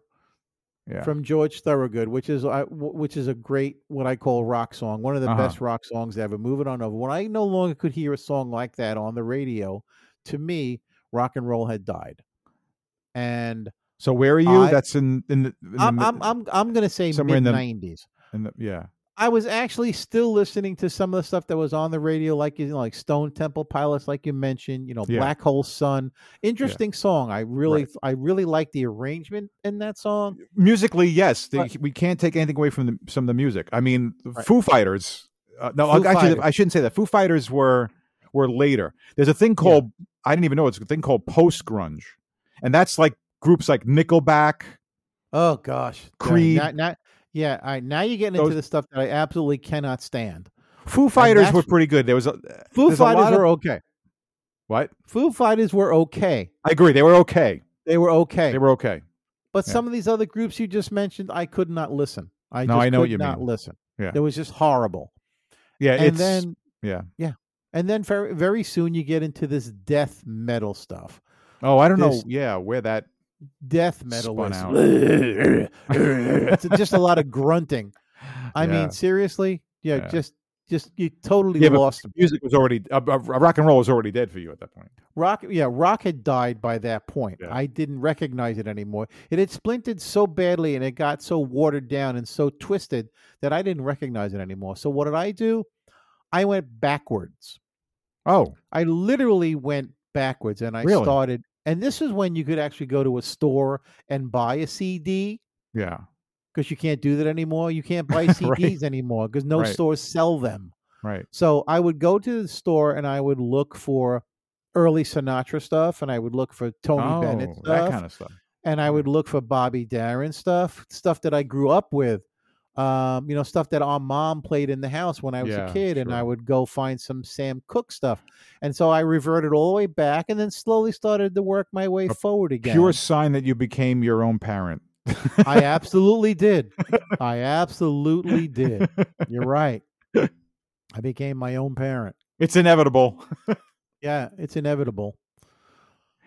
S1: Yeah.
S2: from George Thorogood, which is I- wh- which is a great what I call rock song, one of the
S1: Uh-huh.
S2: best rock songs ever. "Move It On Over." When I no longer could hear a song like that on the radio, to me, rock and roll had died. And
S1: so where are you?
S2: I-
S1: That's in in the, in the
S2: I'm
S1: mid-
S2: I'm I'm, I'm going to say
S1: Somewhere in
S2: mid
S1: the-
S2: '90s.
S1: in the- yeah.
S2: I was actually still listening to some of the stuff that was on the radio, like you know, like Stone Temple Pilots, like you mentioned, you know,
S1: Yeah.
S2: Black Hole Sun. Interesting song. I really,
S1: Right.
S2: I really like the arrangement in that song.
S1: Musically, yes, they,
S2: Right.
S1: we can't take anything away from the some of the music. I mean,
S2: Right.
S1: Foo Fighters. Uh, no,
S2: Foo
S1: actually,
S2: Fighters.
S1: I shouldn't say that. Foo Fighters were were later. There's a thing called I didn't even know it's a thing called post grunge, and that's like groups like Nickelback.
S2: Oh gosh,
S1: Creed.
S2: Yeah, not, not, yeah all right, now you're getting
S1: Those-
S2: into the stuff that I absolutely cannot stand.
S1: Foo Fighters
S2: that's-
S1: were pretty good. There was a
S2: Foo
S1: There's a
S2: Fighters
S1: lot of-
S2: were okay.
S1: what?
S2: Foo Fighters were okay.
S1: I agree. They were okay.
S2: They were okay.
S1: They were okay.
S2: but
S1: yeah.
S2: some of these other groups you just mentioned, I could not listen. I
S1: No,
S2: just
S1: I know what
S2: could
S1: you
S2: not
S1: mean.
S2: listen.
S1: Yeah.
S2: it was just horrible.
S1: Yeah,
S2: and
S1: it's
S2: then
S1: yeah.
S2: yeah and then very very soon you get into this death metal stuff
S1: oh, I don't know.
S2: this-
S1: Yeah, where that
S2: death metal
S1: Spun
S2: is-
S1: out.
S2: (laughs) it's just a lot of grunting i
S1: Yeah.
S2: mean seriously yeah,
S1: Yeah.
S2: just just you totally
S1: Yeah, but-
S2: lost
S1: music was already uh, uh, rock and roll was already dead for you at that point.
S2: rock yeah rock had died by that point
S1: Yeah.
S2: i didn't recognize it anymore it had splintered so badly and it got so watered down and so twisted that i didn't recognize it anymore so what did i do i went backwards
S1: Oh,
S2: I literally went backwards and I
S1: Really?
S2: started. And this is when you could actually go to a store and buy a CD
S1: yeah.
S2: because you can't do that anymore. You can't
S1: (laughs)
S2: buy
S1: Right.
S2: CDs anymore because no
S1: Right.
S2: stores sell them.
S1: Right.
S2: So I would go to the store and I would look for early Sinatra stuff and I would look for Tony
S1: oh,
S2: Bennett stuff
S1: that kind of stuff.
S2: and I
S1: yeah.
S2: would look for Bobby Darin stuff, stuff that I grew up with. Um, you know, stuff that our mom played in the house when I was
S1: Yeah,
S2: a kid, and I
S1: sure.
S2: would go find some Sam Cooke stuff. And so I reverted all the way back and then slowly started to work my way
S1: A
S2: forward again.
S1: Pure sign that you became your own parent.
S2: I
S1: (laughs)
S2: absolutely did. I absolutely did. You're right. I became my own parent.
S1: it's inevitable. (laughs)
S2: Yeah, it's inevitable.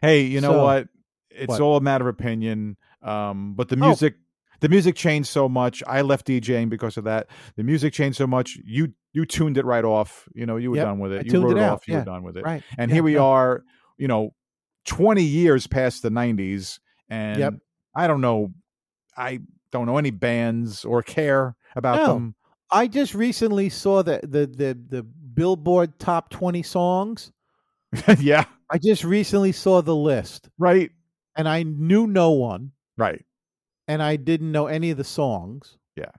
S1: Hey, you know
S2: So-
S1: what? It's
S2: What?
S1: all a matter of opinion. Um, but the
S2: Oh.
S1: music, the music changed so much. I left DJing because of that. The music changed so much. You you tuned it right off. You know, you were
S2: Yep,
S1: done with
S2: I
S1: it. You
S2: tuned
S1: wrote
S2: it
S1: it,
S2: out,
S1: off. You
S2: yeah,
S1: were done with it.
S2: Right.
S1: And
S2: yeah,
S1: here we
S2: no.
S1: are. You know, twenty years past the nineties, and
S2: Yep.
S1: I don't know. I don't know any bands or care about
S2: No.
S1: them. (laughs)
S2: I just recently saw the the the, the Billboard top twenty songs.
S1: yeah.
S2: I just recently saw the list
S1: Right.
S2: and I knew no one
S1: Right.
S2: and I didn't know any of the songs.
S1: Yeah.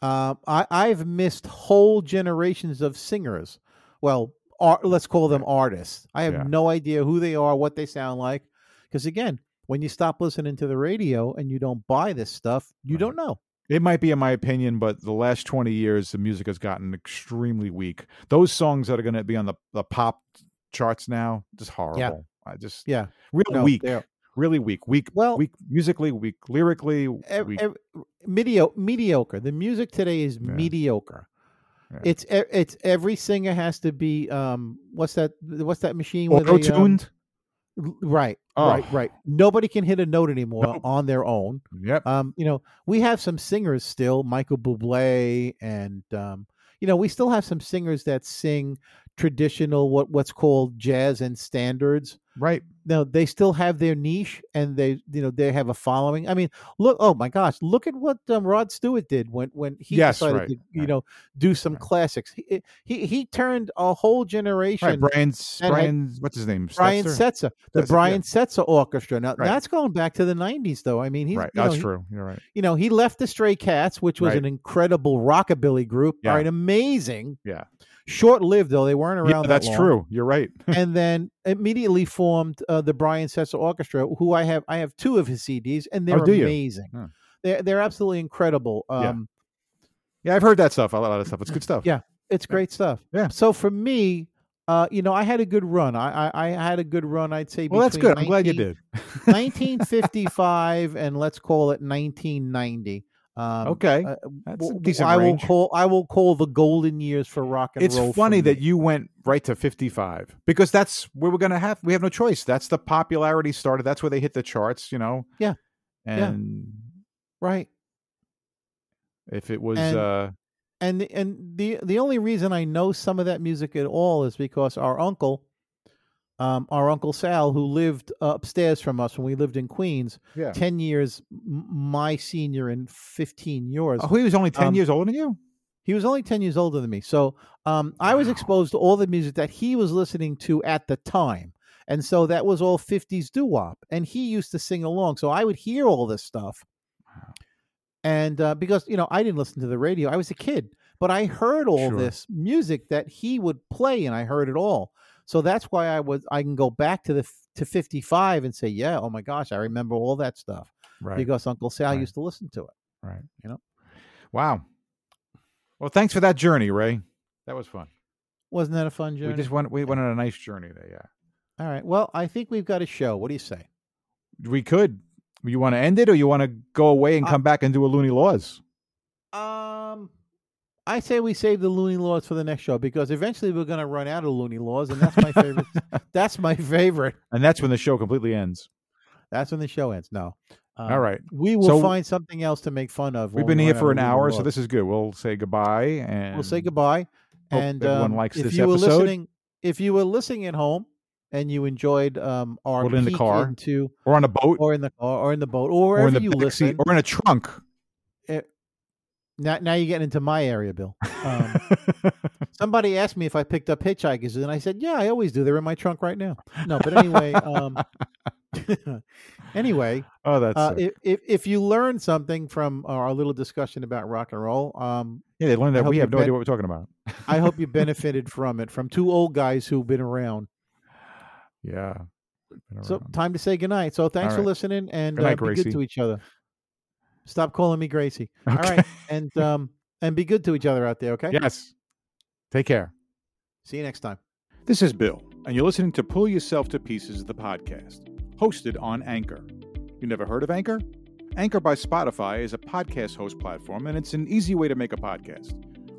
S2: Uh, I, I've missed whole generations of singers. Well, ar- let's call them artists. I have
S1: Yeah.
S2: no idea who they are, what they sound like. Because again, when you stop listening to the radio and you don't buy this stuff, you
S1: Right.
S2: don't know.
S1: It might be in my opinion, but the last 20 years, the music has gotten extremely weak. Those songs that are going to be on the, the pop charts now, just horrible. I just,
S2: Yeah.
S1: real
S2: No,
S1: weak,
S2: they're-
S1: really weak, weak,
S2: Well-
S1: weak musically, weak lyrically.
S2: ev-
S1: weak.
S2: ev- medio- mediocre. The music today is
S1: Yeah.
S2: mediocre.
S1: Yeah.
S2: It's e- it's every singer has to be um what's that what's that machine where they, um,
S1: Auto-tuned?
S2: l- right
S1: Oh.
S2: right right nobody can hit a note anymore
S1: Nope.
S2: on their own
S1: Yep.
S2: um you know we have some singers still Michael Bublé and um you know we still have some singers that sing traditional what what's called jazz and standards
S1: right.
S2: no, they still have their niche and they you know they have a following. I mean, look, oh my gosh, look at what um, Rod Stewart did when when he
S1: Yes,
S2: decided
S1: right,
S2: to you
S1: right,
S2: know do some
S1: right.
S2: classics. He, eh, he he turned a whole generation.
S1: Right. Brian's,
S2: that had-
S1: Brian's, what's his name?
S2: Brian
S1: Setzer?
S2: Setzer, the
S1: That's it, yeah.
S2: Brian Setzer Orchestra. Now
S1: Right.
S2: that's going back to the '90s, though. I mean, he's
S1: Right.
S2: you, know,
S1: That's
S2: he-
S1: true. You're right.
S2: you know he left the Stray Cats, which was
S1: Right.
S2: an incredible rockabilly group.
S1: Yeah.
S2: All right, amazing.
S1: Yeah.
S2: short-lived though; they weren't
S1: Yeah,
S2: around. that
S1: that's
S2: long
S1: true. You're right.
S2: (laughs) and then immediately formed uh, the Brian Setzer Orchestra, who I have I have two of his CDs, and they're
S1: Oh, do you?
S2: amazing.
S1: Huh.
S2: They're they're absolutely incredible.
S1: Yeah.
S2: Um,
S1: yeah. I've heard that stuff, a lot of stuff. It's good stuff.
S2: (laughs) Yeah. It's great stuff.
S1: Yeah.
S2: So for me, uh, you know, I had a good run. I I, I had a good run. I'd say.
S1: Well, that's
S2: between
S1: good. I'm glad you
S2: 19
S1: did. (laughs)
S2: 1955 and let's call it 1990. Um,
S1: Okay,
S2: uh,
S1: that's
S2: w-
S1: a
S2: w-
S1: decent
S2: I will
S1: range.
S2: call I will call the golden years for rock and
S1: it's
S2: roll. for
S1: funny
S2: me.
S1: that you went right to 55 because that's where we're going to have we have no choice that's the popularity started that's where they hit the charts you know
S2: Yeah. Yeah.
S1: and
S2: right.
S1: if it was
S2: And-
S1: uh
S2: and the- and the the only reason I know some of that music at all is because our uncle, um, our uncle Sal, who lived upstairs from us when we lived in Queens,
S1: yeah
S2: ten years m- my senior and fifteen yours.
S1: oh he was only 10
S2: um,
S1: years older than you
S2: He was only ten years older than me, so um, I was
S1: Wow.
S2: exposed to all the music that he was listening to at the time, and so that was all fifties doo wop, and he used to sing along, so I would hear all this stuff. And uh, because you know, I didn't listen to the radio; I was a kid, but I heard all
S1: Sure.
S2: this music that he would play, and I heard it all. So that's why I was I can go back to the f- to fifty five and say, yeah, oh my gosh, I remember all that stuff
S1: right
S2: because Uncle Sal
S1: Right.
S2: used to listen to it.
S1: right
S2: you know.
S1: wow well thanks for that journey ray that was fun
S2: Wasn't that a fun journey?
S1: we just went we went on a nice journey there yeah
S2: all right. Well, I think we've got a show. What do you say?
S1: we could you want to end it or you want to go away and
S2: Uh,
S1: come back and do a looney laws
S2: Um, I say we save the loony laws for the next show because eventually we're going to run out of loony laws, and that's my
S1: (laughs)
S2: favorite. that's my favorite.
S1: and that's when the show completely ends
S2: That's when the show ends. No, um,
S1: all right
S2: We will
S1: So-
S2: find something else to make fun of.
S1: We've
S2: when
S1: been
S2: we
S1: here
S2: run
S1: for an
S2: out of loony
S1: hour, so
S2: laws.
S1: this is good. We'll say goodbye and
S2: We'll say goodbye.
S1: hope
S2: and
S1: everyone
S2: um,
S1: likes
S2: if
S1: this
S2: you
S1: episode.
S2: were listening, if you were listening at home and you enjoyed um, our
S1: Or in the
S2: peek
S1: car.
S2: into
S1: Or on a boat, or,
S2: or in the car or in the boat or wherever
S1: in the
S2: you
S1: back seat,
S2: listen,
S1: or in a trunk.
S2: now, now you're getting into my area,
S1: (laughs)
S2: Bill. Um, Somebody asked me if I picked up hitchhikers, and I said, "Yeah, I always do. They're in my trunk right now." No, but anyway, um, (laughs) anyway,
S1: oh, (laughs) that's
S2: uh, if, if if you learn something from our little discussion about rock and roll, um,
S1: yeah. They learned
S2: I
S1: that
S2: hope
S1: we
S2: you
S1: have no idea
S2: bet-
S1: what we're talking about.
S2: I hope you benefited from it from two old guys who've been around.
S1: Yeah. Been
S2: So,
S1: around. (laughs)
S2: time to say goodnight. So, thanks
S1: All
S2: for
S1: right.
S2: listening, and
S1: Good night,
S2: uh, be good
S1: Gracie.
S2: to each other. Stop calling me Gracie. All
S1: Okay.
S2: right,
S1: (laughs)
S2: and um, and be good to each other out there. Okay.
S1: Yes. Take care.
S2: See you next time.
S1: This is Bill, and you're listening to Pull Yourself to Pieces, the podcast, hosted on Anchor. You never heard of Anchor? Anchor by Spotify is a podcast host platform, and it's an easy way to make a podcast.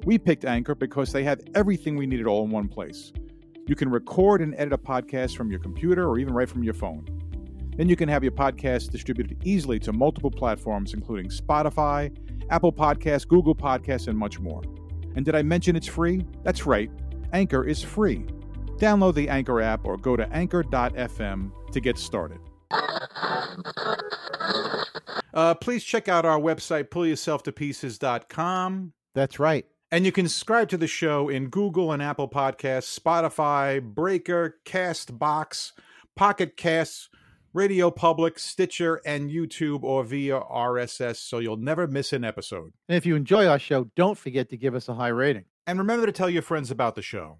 S1: We picked Anchor because they have everything we needed all in one place. You can record and edit a podcast from your computer or even right from your phone. Then you can have your podcast distributed easily to multiple platforms, including Spotify, Apple Podcasts, Google Podcasts, and much more. And did I mention it's free? That's right, Anchor is free. Download the Anchor app or go to anchor.fm to get started. Uh, please check out our website, pullyourselftopieces.com.
S2: That's right.
S1: And you can subscribe to the show in Google and Apple Podcasts, Spotify, Breaker, Castbox, Pocket Casts, Radio Public, Stitcher, and YouTube or via RSS so you'll never miss an episode.
S2: And if you enjoy our show, don't forget to give us a high rating.
S1: And remember to tell your friends about the show.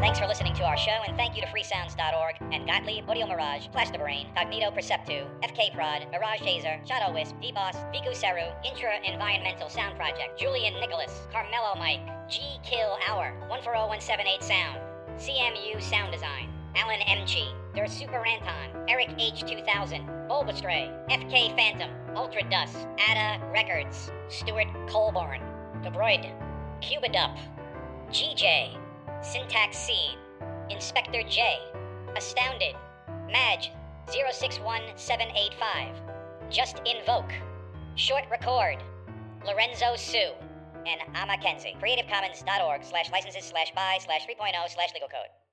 S3: Thanks for listening to our show, and thank you to freesounds.org and Gottlieb, Audio Mirage, Flash the Brain, Cognito Perceptu, FK Prod, Mirage Hazer, Shadow Wisp, D-Boss, Viku Seru, Intra Environmental Sound Project, Julian Nicholas, Carmelo Mike, G Kill Hour, 140178 Sound, CMU Sound Design, Alan MG, Der Super Anton, Eric H2000, Bulbastray, FK Phantom, Ultra Dust, Ada Records, Stuart Colborn, Debroid, Cuba Dup, GJ, Syntax Seed, Inspector J, Astounded, Madge 061785, Just Invoke, Short Record, Lorenzo Sue, and I'm Mackenzie. CreativeCommons.org oh slash licenses slash buy slash 3.0 slash legal code.